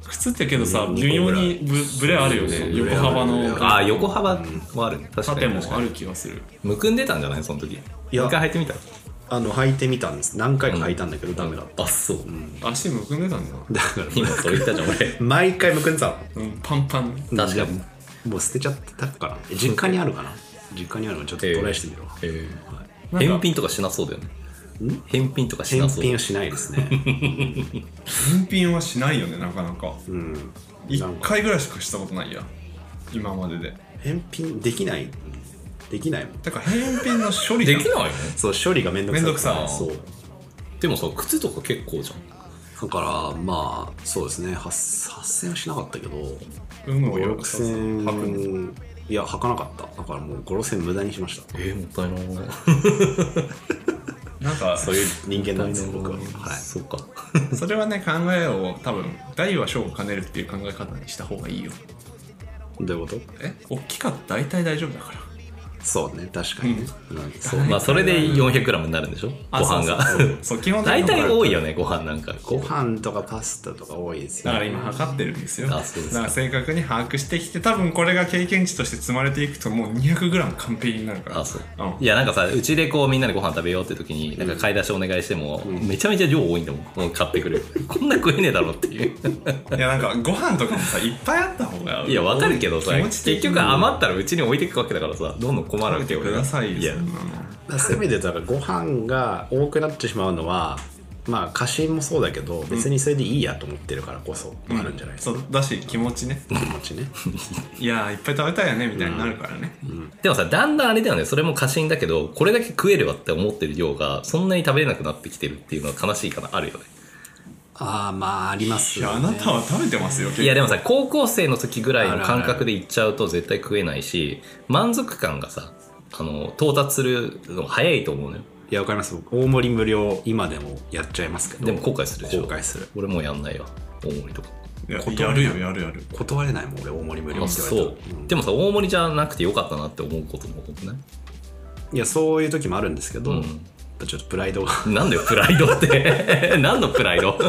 靴ってけどさうん微妙にブブレあるよねブ横レある幅のああ、横幅もあるね。確か縦にも確かあに。る気がするむくんでたんじゃないその時。いや一回履いてみたあの履いてみたんです何回か履いたんだけどダメだった、あ、そう。足むくんでたんだ、だから今それ言ったじゃん、俺。毎回むくんでたのうん、パンパン 確かににもう捨てちゃってたからえ実家にあるかな実家にあるのちょっとトライしてみるわ、えはいー返品とかしなそうだよね。返品とかしな返そう。品はしないです ね返品はしないよねなかなかうん1回ぐらいしかしたことないや今までで返品できないできないもんだから返品の処理でがきないよね。そう処理がめんどくさいめんどくさいそうでもさ、靴とか結構じゃん。だからまあそうですねはっ8000はしなかったけど有無をよくさ履くんです6000いや履かなかっただからもう5000無駄にしましたえー、もったいない。なんかそういう人間なんですよ僕ははいそうか。それはね考えを多分大は小を兼ねるっていう考え方にした方がいいよどういうこえ大きかったら大体大丈夫だからとそうね確かにね、うんそう まあ、それで 400g になるんでしょごあ飯が。そうそうそうそう基本 的大に体多いよね、ご飯なんか。ご飯とかパスタとか多いですだよから今測ってるんですよあそうですかだから正確に把握してきて多分これが経験値として積まれていくともう 200g 完璧になるからあそう、うんいやなんかさうちでこうみんなでご飯食べようって時になんか買い出しお願いしても、めちゃめちゃ量多いんだもんもう買ってくる こんな食えねえだろって いういやなんかご飯とかもさいっぱいあった方がいやわかるけどさ気持ち結的に局余ったらうちに置いていくわけだからさどんどん困る食べわけてよくださいよいやそんなのまあせめてだからご飯が多くなってしまうのはまあ過信もそうだけど別にそれでいいやと思ってるからこそあるんじゃないですそか、うだし気持 ちね気持ちねいやーいっぱい食べたいよねみたいになるからね、でもさだんだんあれだよねそれも過信だけどこれだけ食えるわって思ってる量がそんなに食べれなくなってきてるっていうのは悲しいかなあるよねああまあありますいやよ、あね、なたは食べてますよ結構いやでもさ高校生の時ぐらいの感覚でいっちゃうと絶対食えないし満足感がさあの到達するの早いと思うのよいやわかります大盛り無料今でもやっちゃいますけどでも後悔するでしょ後悔する俺もうやんないわ大盛りとかいややるよやるやる断れないもん俺大盛り無料あって言そわれうたら、うんでもさ大盛りじゃなくてよかったなって思うことも多くないいやそういう時もあるんですけど、うんやっぱちょっとプライドがなんだよプライドって 何のプライド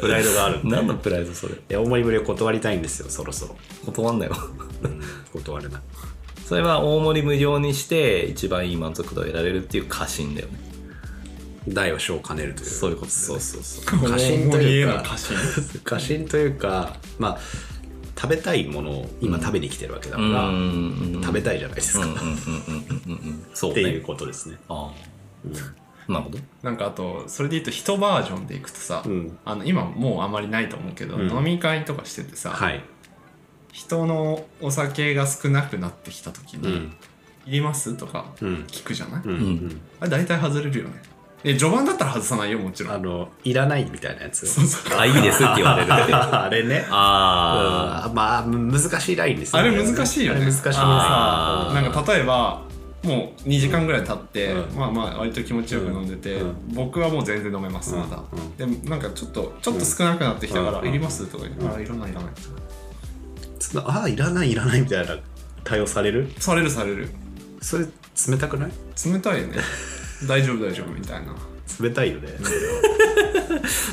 プライドがある何のプライドそれいや大盛り無料断りたいんですよそろそろ、 断んなようん、断れないそれは大盛り無料にして一番いい満足度を得られるっていう過信だよね大を小を兼ねるというそういうことだよそうねそうそう過信というか過信というかまあ食べたいものを今食べに来てるわけだかうんうら、んうん食べたいじゃないですうんか、うんうんっうんうんうんそうていうねことですねああなるほどなんかあとそれで言うと人バージョンでいくとさ、うんあの今もうあまりないと思うけど、うん飲み会とかしててさ、はい、人のお酒が少なくなってきた時に「うんいります?」とかうん聞くじゃない、うんんあれ大体外れるよねえ序盤だったら外さないよもちろあんのいらないみたいなやつそうそうあいいですって言われるってあ ああれねああまあむ難しいラインですあれ難しいよねあれ難しいですあーなんか例えばもう2時間ぐらい経って、うんまあまあ割と気持ちよく飲んでて、うん僕はもう全然飲めますまだ、でなんかちょっとちょっと少なくなってきたから「うんいります?」とか言って「あいらないいらない」とかそのああいらないいらないみたいな対応されるされるされるそれ冷たくない冷たい よね大丈夫大丈夫みたいな冷たいよね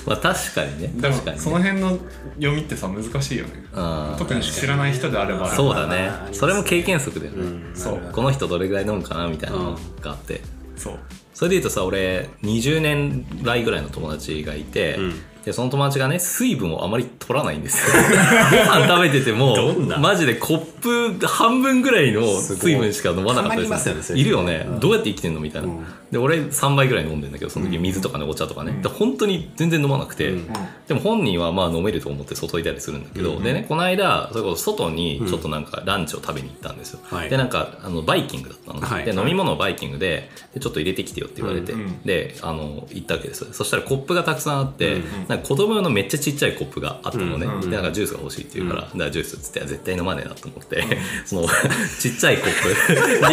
まあ確かにねでも確かにそのね辺の読みってさ難しいよねうん特に知らない人であればそうだありねますねそれも経験則だよね、うんそうこの人どれぐらい飲むかなみたいなのがあって、そうそれで言うとさ俺20年来ぐらいの友達がいて、うんでその友達がね水分をあまり取らないんですよ ご飯食べててもどんなマジでコップ半分ぐらいのすごい水分しか飲まなかったたまにいますよねそういうい人るよね、どうやって生きてんのみたいな、うんで俺3杯ぐらい飲んでんだけどその時水とかねお茶とかね、で本当に全然飲まなくて、うんでも本人はまあ飲めると思って注いだりするんだけど、うんでねこの間それこそ外にちょっとなんかランチを食べに行ったんですよ、はいでなんかあのバイキングだったの、はいで飲み物をバイキングででちょっと入れてきてよって言われて、うんうんであの行ったわけですよそしたらコップがたくさんあって、うんなんか子供用のめっちゃちっちゃいコップがあったのね、うんうんでなんかジュースが欲しいって言うから、だからジュースっつって絶対飲まねえなと思って、 そのちっちゃいコップ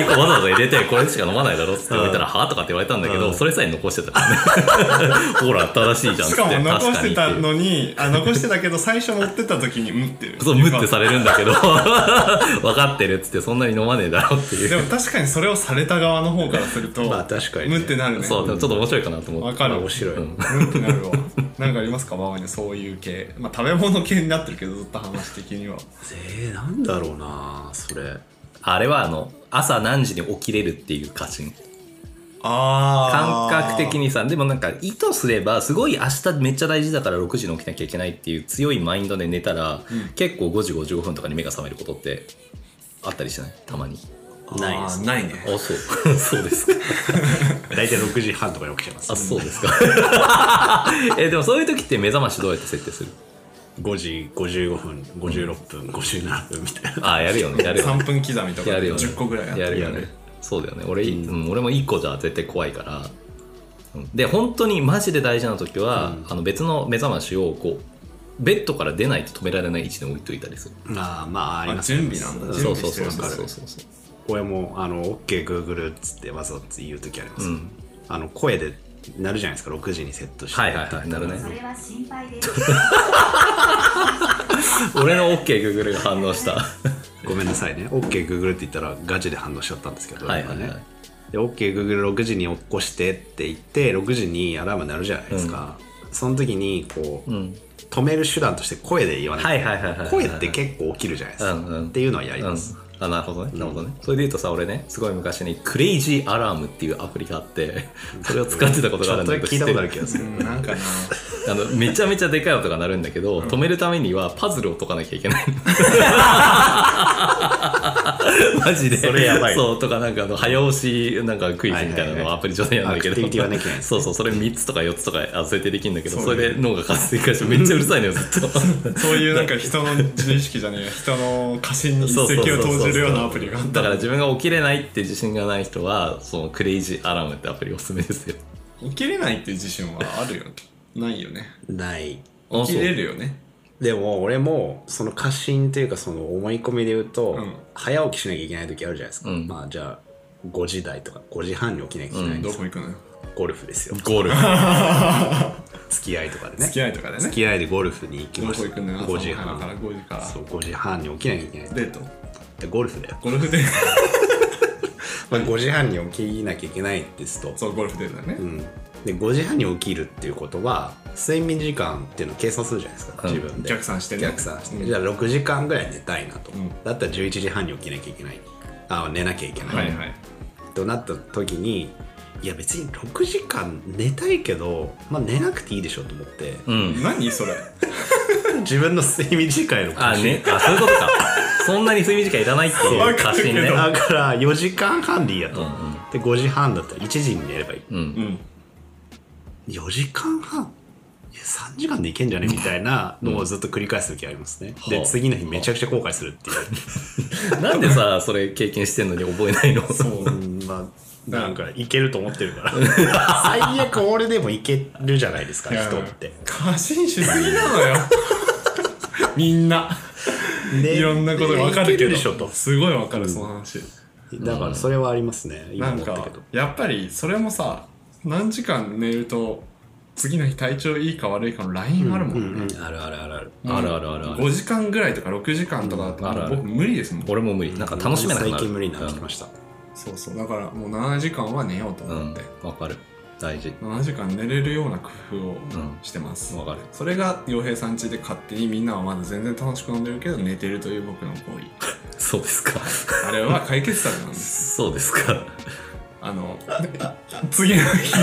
にこうわざわざ入れてこれしか飲まないだろっつって置いたら「はあ?」とかって言われたんだけど、うんそれさえ残してたからね ほら正しいじゃんっしつってかも 残確かにっしてていうたのにあ残してたけど最初持ってった時にむってるそう、無ってされるんだけど、 分かってるっつって、そんなに飲まねえだろって いう。でも確かにそれをされた側の方からするとまあ確かにねむってなるねそう、でもちょっと面白いかなと思わって。かる面白い、うんむってなるわなんかありますかママにそういう系まあ食べ物系になってるけどずっと話的にはえー、なんだろうなそれあれは、あの、朝何時に起きれるっていう過信。あ感覚的にさ、でもなんか意図すれば、すごい明日めっちゃ大事だから6時に起きなきゃいけないっていう強いマインドで寝たら、結構5時55分とかに目が覚めることってあったりしないたまに。ないですあーないねあ、そう。 そうです か。大体6時半とかに起きてますあ、そうですか。 え、でもそういう時って目覚ましどうやって設定する5時55分56分57分みたいなあ、やるよね、やるよね。 3分刻みとかやるよね10個ぐらいあってやるよねそうだよね俺,、うん、俺も1個じゃ絶対怖いからうんで本当にマジで大事な時は、あの別の目覚ましをこうベッドから出ないと止められない位置で置いといたりする、あーまあありあます準備なんだうんそ準う備そうしてそうるんそだうそうそう俺もあの OKGoogle っつってわざわざ言う時あります、うんあの声で鳴るじゃないですか6時にセットしてはいはいはいなるねそれは心配です。俺の OKGoogle が反応したごめんなさいね OKGoogle って言ったらガチで反応しちゃったんですけどはいはいはい今ねで OKGoogle6 時に起こしてって言って6時にアラーム鳴るじゃないですか、その時にこう、ん止める手段として声で言わない,、はいはいはいはい声って結構起きるじゃないですか、うんうんっていうのはやりうまんす、あなるほどねなるほどねそれで言うとさ俺ねすごい昔にクレイジーアラームっていうアプリがあってそれを使ってたことちがあょるっんだけとだどけ聞いたことある気がすうるんなんかなあのめちゃめちゃでかい音が鳴るんだけど、止めるためにはパズルを解かなきゃいけ ない。マジで。それやばいそう、とかなんかあの、早押し、なんかクイズみたいなはいはいのはをアいプリ上でやるんだけど。アクティビティはできないですそうそう、それ3つとか4つとかあ設定できるんだけど、そそうねれで脳が活性化してめっちゃうるさいのよ、ず っと。そういうなんか人の自意識じゃね えや人の過信に一石を投じるようなアプリがあっだたから自分が起きれないって自信がない人は、そのクレイジーアラームってアプリおすすめですよ。起きれないっていう自信はあるよねないよねないあ起きれるよねでも俺もその過信というかその思い込みで言うと、うん早起きしなきゃいけない時あるじゃないですか、うんまあじゃあ5時台とか5時半に起きなきゃいけないんでどす、こ行くのよゴルフですよゴール。付き合いとかでね付き合いとかでね付き合いでゴルフに行きどこまし行くたのよ5時朝のから半5時からそう5時半に起きなきゃいけないデートでゴルフだよ、ゴルフデーまあ、5時半に起きなきゃいけないですとト そうゴルフデートだねうん、で5時半に起きるっていうことは睡眠時間っていうのを計算するじゃないですか、うん自分で逆算してね逆算して、うんじゃあ6時間ぐらい寝たいなと、んだったら11時半に起きなきゃいけないあ寝なきゃいけない、はいはいとなった時にいや別に6時間寝たいけど、まあ、寝なくていいでしょと思って、うん。何そ れ 自分の睡眠時間へのあ、過信ね、あ、そういうことか。そんなに睡眠時間いらないっていう過信ね。だから4時間半でいいやと、うんで5時半だったら1時に寝ればいいうん。うんうん4時間半いや3時間でいけんじゃねみたいなのをずっと繰り返す時ありますね、はであ次の日めちゃくちゃ後悔するっていう、なんでさ、それ経験してんのに覚えないのそううんまあなんかいけると思ってるから 最悪俺でもいけるじゃないですかいや人って過信しすぎなのよ みんなね いろんなことが分かるけいけるどでしょとすごい分かるその話だからそれはありますね今なん思ったかけどやっぱりそれもさ何時間寝ると次の日体調いいか悪いかのラインあるもんね、うんうんあるあるあるある あるあるあるある5時間ぐらいとか6時間とかだとうんあるある僕無理ですもん、俺も無理。なんか楽しめなくなる。最近無理になってきましした、そうそうだからもう7時間は寝ようとう思んって、。わかる。大事。 7時間寝れるような工夫をんしてます、わかる。それが洋平さん家で勝手にみんなはまだ全然楽しく飲んでるけど寝てるという僕の行為そうですか。 あれは解決策なんですそうですか。あの次の日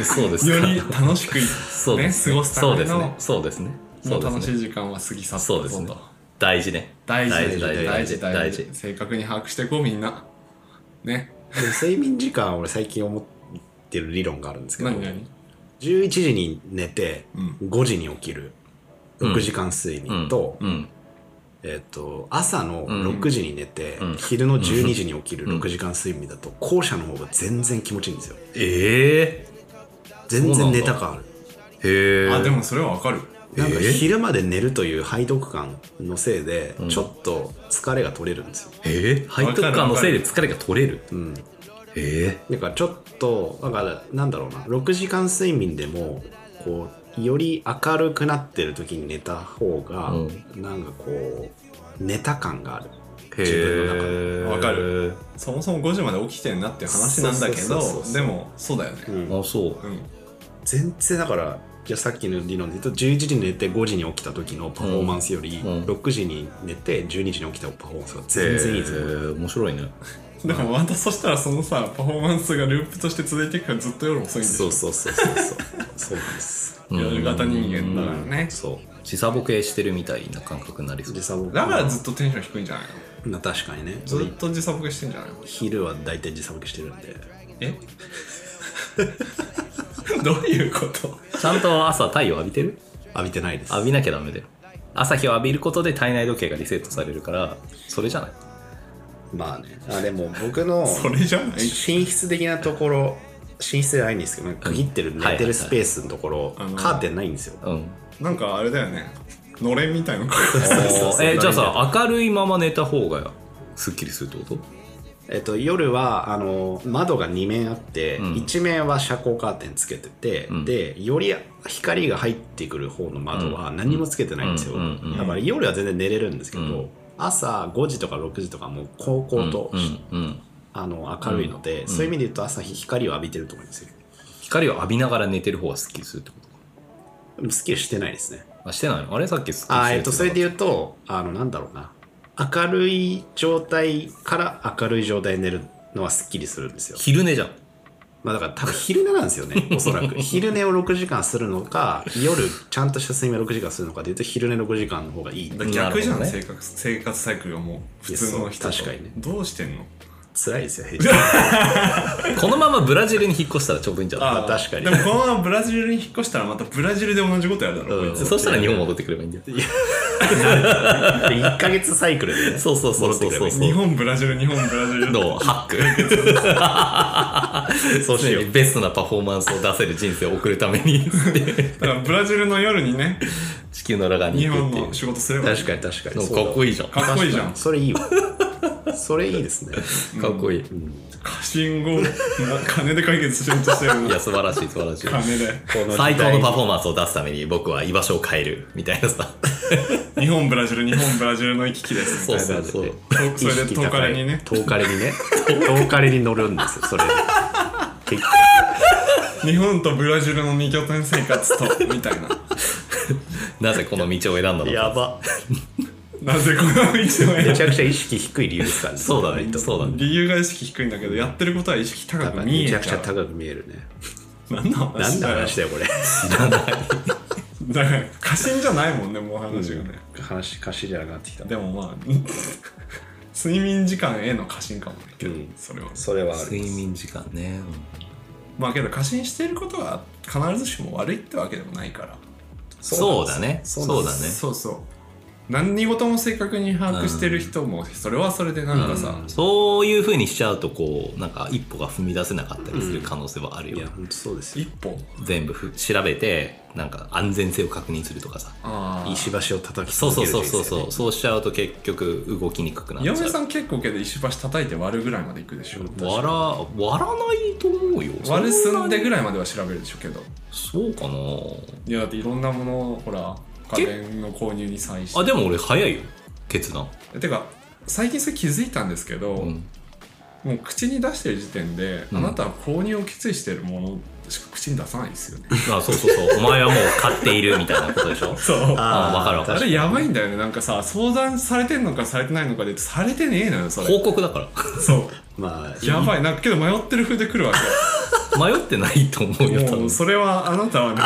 をそうですよかり楽しくそうですね過ねごすそうためのですねそうですねもそううで楽しすいね時間は過ぎ去ったそうですね大事ね大事大事大事大大事事大大事事正確に把握していこうみんなねで睡眠時間俺最近思ってる理論があるんですけど何何11時に寝てう5時に起きるうん6時間睡うん眠と,、うんえっと朝のうん6時に寝て、うん昼の12時に起きるうん6時間睡眠だと後者の方が全然気持ちいいんですよええ全然寝た感あるへえあでもそれはわかるなんかえー昼まで寝るという背徳感のせいでうんちょっと疲れが取れるんですよ、えー、背徳感のせいで疲れが取れるうん、えなんかちょっとだからなんだろうな6時間睡眠でもこうより明るくなってる時に寝た方が、うなんかこう寝た感があるえ自分の中へえわかるそもそも5時まで起きてんなっていう話なんだけそうそうどそうそうでもそうだよねで、うんあそううん全然だからじゃあさっきの理論で言うと11時に寝て5時に起きた時のパフォーマンスより、うんうん6時に寝て12時に起きたパフォーマンスが全然いいですへよ、ー面白いねでもまたそしたらそのさパフォーマンスがループとして続いていくからずっと夜遅いんでしそょうそうそうそうそうそうなんです夜型人間だからねそう時差ボケしてるみたいな感覚になりそう時差ボケだからずっとテンション低いんじゃないのまあ確かにねずっと時差ボケしてんじゃない の昼は大体時差ボケしてるんでえ どういうこと ちゃんと朝太陽浴びてる浴びてないです浴びなきゃダメだよ朝日を浴びることで体内時計がリセットされるからそれじゃないまあねあでも僕の それじゃない寝室的なところ寝室じゃないんですけどなんか区切ってる寝てるスペースのところ、はいはいはいカーテンない んですようんなんかあれだよねのれんみた いな声おーそうそうえじゃあさ明るいまま寝た方がすっきりするってことえっと、夜はあの窓が2面あって、うん1面は遮光カーテンつけてて、うんでより光が入ってくる方の窓は何もつけてないんですよ、うんうんうんだから夜は全然寝れるんですけど、うん朝5時とか6時とかもう高々と、うんうんうんあの明るいので、そういう意味で言うと朝日光を浴びてると思うんですよ光を浴びながら寝てる方がすっきりするってことでもすっきりしてないですねあしてないのあれさっきすっきりあしてえるっってと言そっれてで言うとあのなんだろうな明るい状態から明るい状態に寝るのはすっきりするんですよ昼寝じゃんまあだから多分昼寝なんです よね、おそらく。昼寝を6時間するのか、夜ちゃんとした睡眠を6時間するのかでいうと、昼寝6時間の方がいい。逆じゃなん、るほどね生活生活サイクルがもう普通の人といやそう確かにねどうしてんの辛いですよ、平日。このままブラジルに引っ越したらちょぶんじゃんあ確かにでもこのままブラジルに引っ越したらまたブラジルで同じことやるだろ、うんこいつそしたら日本戻ってくればいいんだよ1ヶ月サイクルでね、そうそうそうそうそう日本ブラジル日本ブラジルのハック そうしよ常にベストなパフォーマンスを出せる人生を送るため にだからブラジルの夜にね地球の裏側に日行く本っていうの仕事すればいい確かに確かでに。もかっこいいじゃんかかっこいいじゃ確かんにそれいいわ。それいいですね。っこいい、過信をな金で解決しようとしてるいや素晴らしい素晴らしい金で最高のパフォーマンスを出すために僕は居場所を変えるみたいなさ 日本ブラジル日本ブラジルの行き来です そうそうそうとそれで10日にね10日にね。10日に乗るんです よ、それで。結局日本とブラジルの二拠点生活とみた いななぜこの道を選んだのかやば。なぜこの道をめち選ゃくちゃ意識低い理由ですからね。そうだねそうだぶね理由が意識低いんだけどやってることは意識高多く分見めえちちゃゃうくちゃ高く見えるね。何の話何の話だだよ、これ。よだから過信じゃないもんねもう話がね、話、歌詞じゃなくなってきた。でもまあ 睡眠時間への過信かもねけど、うんそれはそれはある。睡眠時間ね、まあけど過信していることが必ずしも悪いってわけでもないからそうだねそうそうだねそうそう何事も正確に把握してる人もそれはそれでなんかさ、そういうふうにしちゃうとこうなんか一歩が踏み出せなかったりする可能性はあるよいね、や、本当そうですよ。一歩全部ふ調べてなんか安全性を確認するとかさあ石橋を叩きそう続そうけるそうそうそ人うそうしちゃうと結局動きにくくなっちゃう嫁さん結構けど石橋叩いて割るぐらいまでいくでしょ割ら割らないと思うよ割るそ寸んでなぐらいまでは調べるでしょうけどそうかないやだっていろんなものをほら家電の購入に際してあでも俺早いよ決断てか最近それ気づいたんですけど、うんもう口に出してる時点で、うんあなたは購入を決意してるものしか口に出さないですよ ねあそうそうそうお前はもう買っているみたいなことでし ょそうあーわかるわかあるれやばいんだよねなんかさ相談されてんのかされてないのかでされてねえのよそれ報告だからそうまあやばいなんかけど迷ってる風で来るわ迷ってないと思うけよ多も分うそれはあなた はね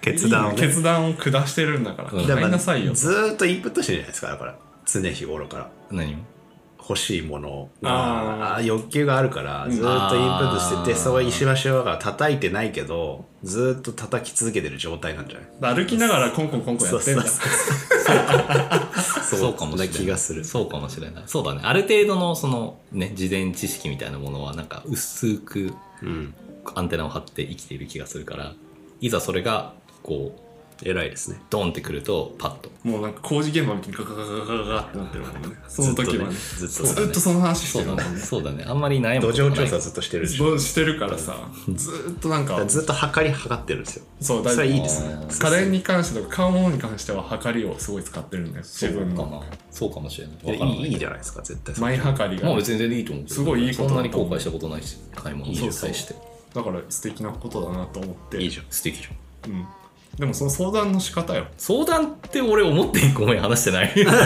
決断をいいね決断を下してるんだからうん買いなさいよずーっとインプットしてるじゃないですかだから常日頃から何を欲しいものあが欲求があるからずーっとインプットしててそれは石橋は叩いてないけどずーっと叩き続けてる状態なんじゃない歩きながらコンコンコンコンやそうってそんうだそうそうかもしれない気がするそうかもしれないそうだねある程度のそのね事前知識みたいなものはなんか薄くうんアンテナを張って生きている気がするからいざそれがこう偉いですねドンってくるとパッともうなんか工事現場みたいにガガガガガガガってなってるもんねその時はねずっとねずっとずっとその話してそうるもんだねねそうだねあんまり悩む土ことが壌ない調査ずっとしてるでしょそうしてるからさずーっとなんだかからずっと測り測ってるんですよそうそれいいでですすねあー家電に関してとか買うものに関しては測りをすごい使ってるんだよそ自う分かのなそうかもしれないわいやからないいいいいじゃないですか絶対マイ測りがまあ別に全然いいと思うけどすごいいいことそだとんな思うに後悔したことないし買い物に対してだから素敵なことだなと思っていいじゃん素敵じゃんうん、でもその相談の仕方よ 相談って俺思ってごめん話してないいやだか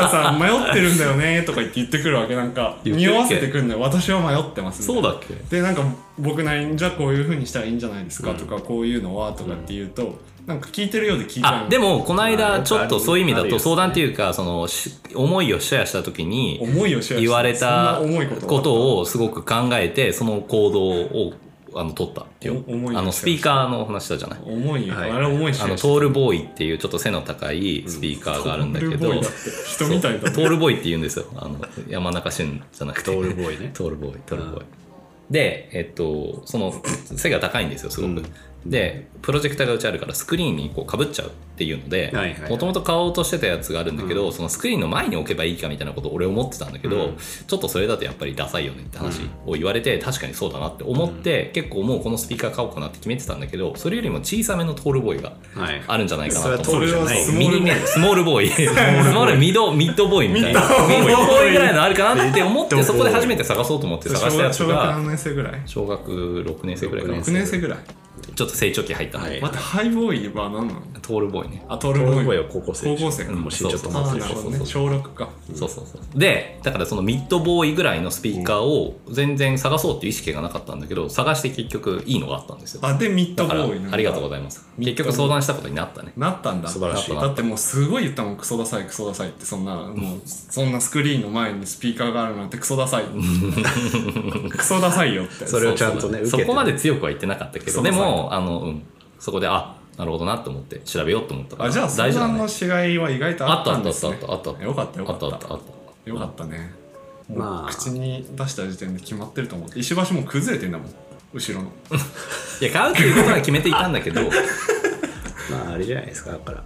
らさ迷ってるんだよねとか言って言ってくるわけなんか言ってる匂っけわせてくるんだよ私は迷ってますそうだっけでなんか僕なりにじゃあこういうふうにしたらいいんじゃないですかとか、こういうのはとかって言うと、なんか聞いてるようで聞いてないあでもこのまあ間よくちょっとそういう意味あだるよとね相談っていうかそのし思いをシェアした時に思いをシェアして言われたそんな重いことことをすごく考えてその行動をあの取ったっていうお思いをシェアしたあのスピーカーの話だじゃない思いよ、はいあれ思いシェあアのしてトールボーイっていうちょっと背の高いスピーカーがあるんだけど、トールボーイだって人みたいだトールボーイって言うんですよあの山中俊じゃなくてトールボーイねトールボーイトールボーイ、でえっとその背が高いんですよすごく、うんでプロジェクターがうちあるからスクリーンにこうかぶっちゃうっていうのではいはいはいもともと買おうとしてたやつがあるんだけど、そのスクリーンの前に置けばいいかみたいなことを俺思ってたんだけど、うんちょっとそれだとやっぱりダサいよねって話を言われて、確かにそうだなって思って、結構もうこのスピーカー買おうかなって決めてたんだけどそれよりも小さめのトールボーイがはいあるんじゃないかなと思ってそれはトールじゃないそれはミニメスモールボーイ。スモールミド、ミッドボーイみたいな。ミッドボーイぐらいのあるかなって思っミて、ッドそボーイこで初めて探そうと思って探したやつ小学が、何年生ぐらい小学6年生ぐらいかな。 6年生ぐらいちょっと成長期入ったんで、またハイボーイは何なのトールボーイね。あトールこボのーイ声は高校生でしょ高校生かもう身長とあ思あっーてなるるほどそねう小6かそうそうそう。で、だからそのミッドボーイぐらいのスピーカーを全然探そうっていう意識がなかったんだけど、探して結局いいのがあったんですよ。あでミッだドボから、ーイなんだありがとうございます。ミ結ッドボーイ局相談したことになったね。なったんだ素晴らしいだってもうすごい言ったもんクソダサいクソダサいってそんなもうそんなスクリーンの前にスピーカーがあるなんてクソ ダサいクソダサいよってそれをちゃんとそねう受けそてこまで強くは言ってなかったけど、そうでそうも、あの、うん。そこで、あ、なるほどなと思って調べようと思ったから。あじゃあ相大事だ談ねのしがいは意外とああっったあったんたあでっす、たね、あったあったよかったよかったあったあったあったよかったねもうまあ口に出した時点で決まってると思って石橋もう崩れてんだもん後ろのいや買うっていうことは決めていたんだけど まああれじゃないですかだから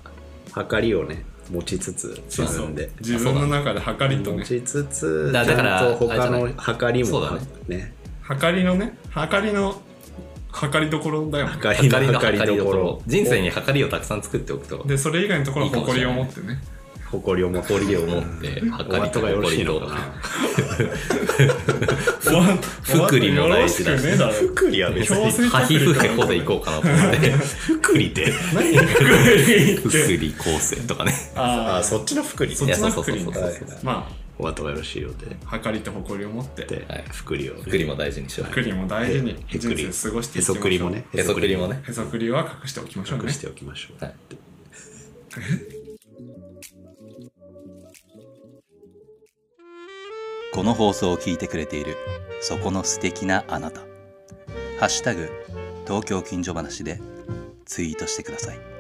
測りをね持ちつつ自分で自分の中で測りと持ねちつつちゃだだからんと他あれのじ測りそもうだねね測りのね測りの測りどころだよ ね測り測りのの測測りりどどこころろ人生に測りをたくさん作っておくとでそれ以外のところはいいかも誇しれりなをい持ってね誇りを持って誇りを持ってお測り後とがよろしいのか誇りな終わった福利も大事だ し終わったよろしくね福利は別強に制とハヒフヘコでいこうかなと 思って福利って何福利っうてすり構成と かねあああそっちの福利そっいちやのそう福そう利そうねそうそうまお後がよろしいようであ測りと誇りを持ってではい福利をふくりも大事にしよ福う利も大事にへ人くり生過ごしていへきましょそうくりもねへそくりもねへそくりは隠しておきましょう隠ねしておきましょうはいこの放送を聞いてくれているそこの素敵なあなた「ハッシュタグ東京近所話」でツイートしてください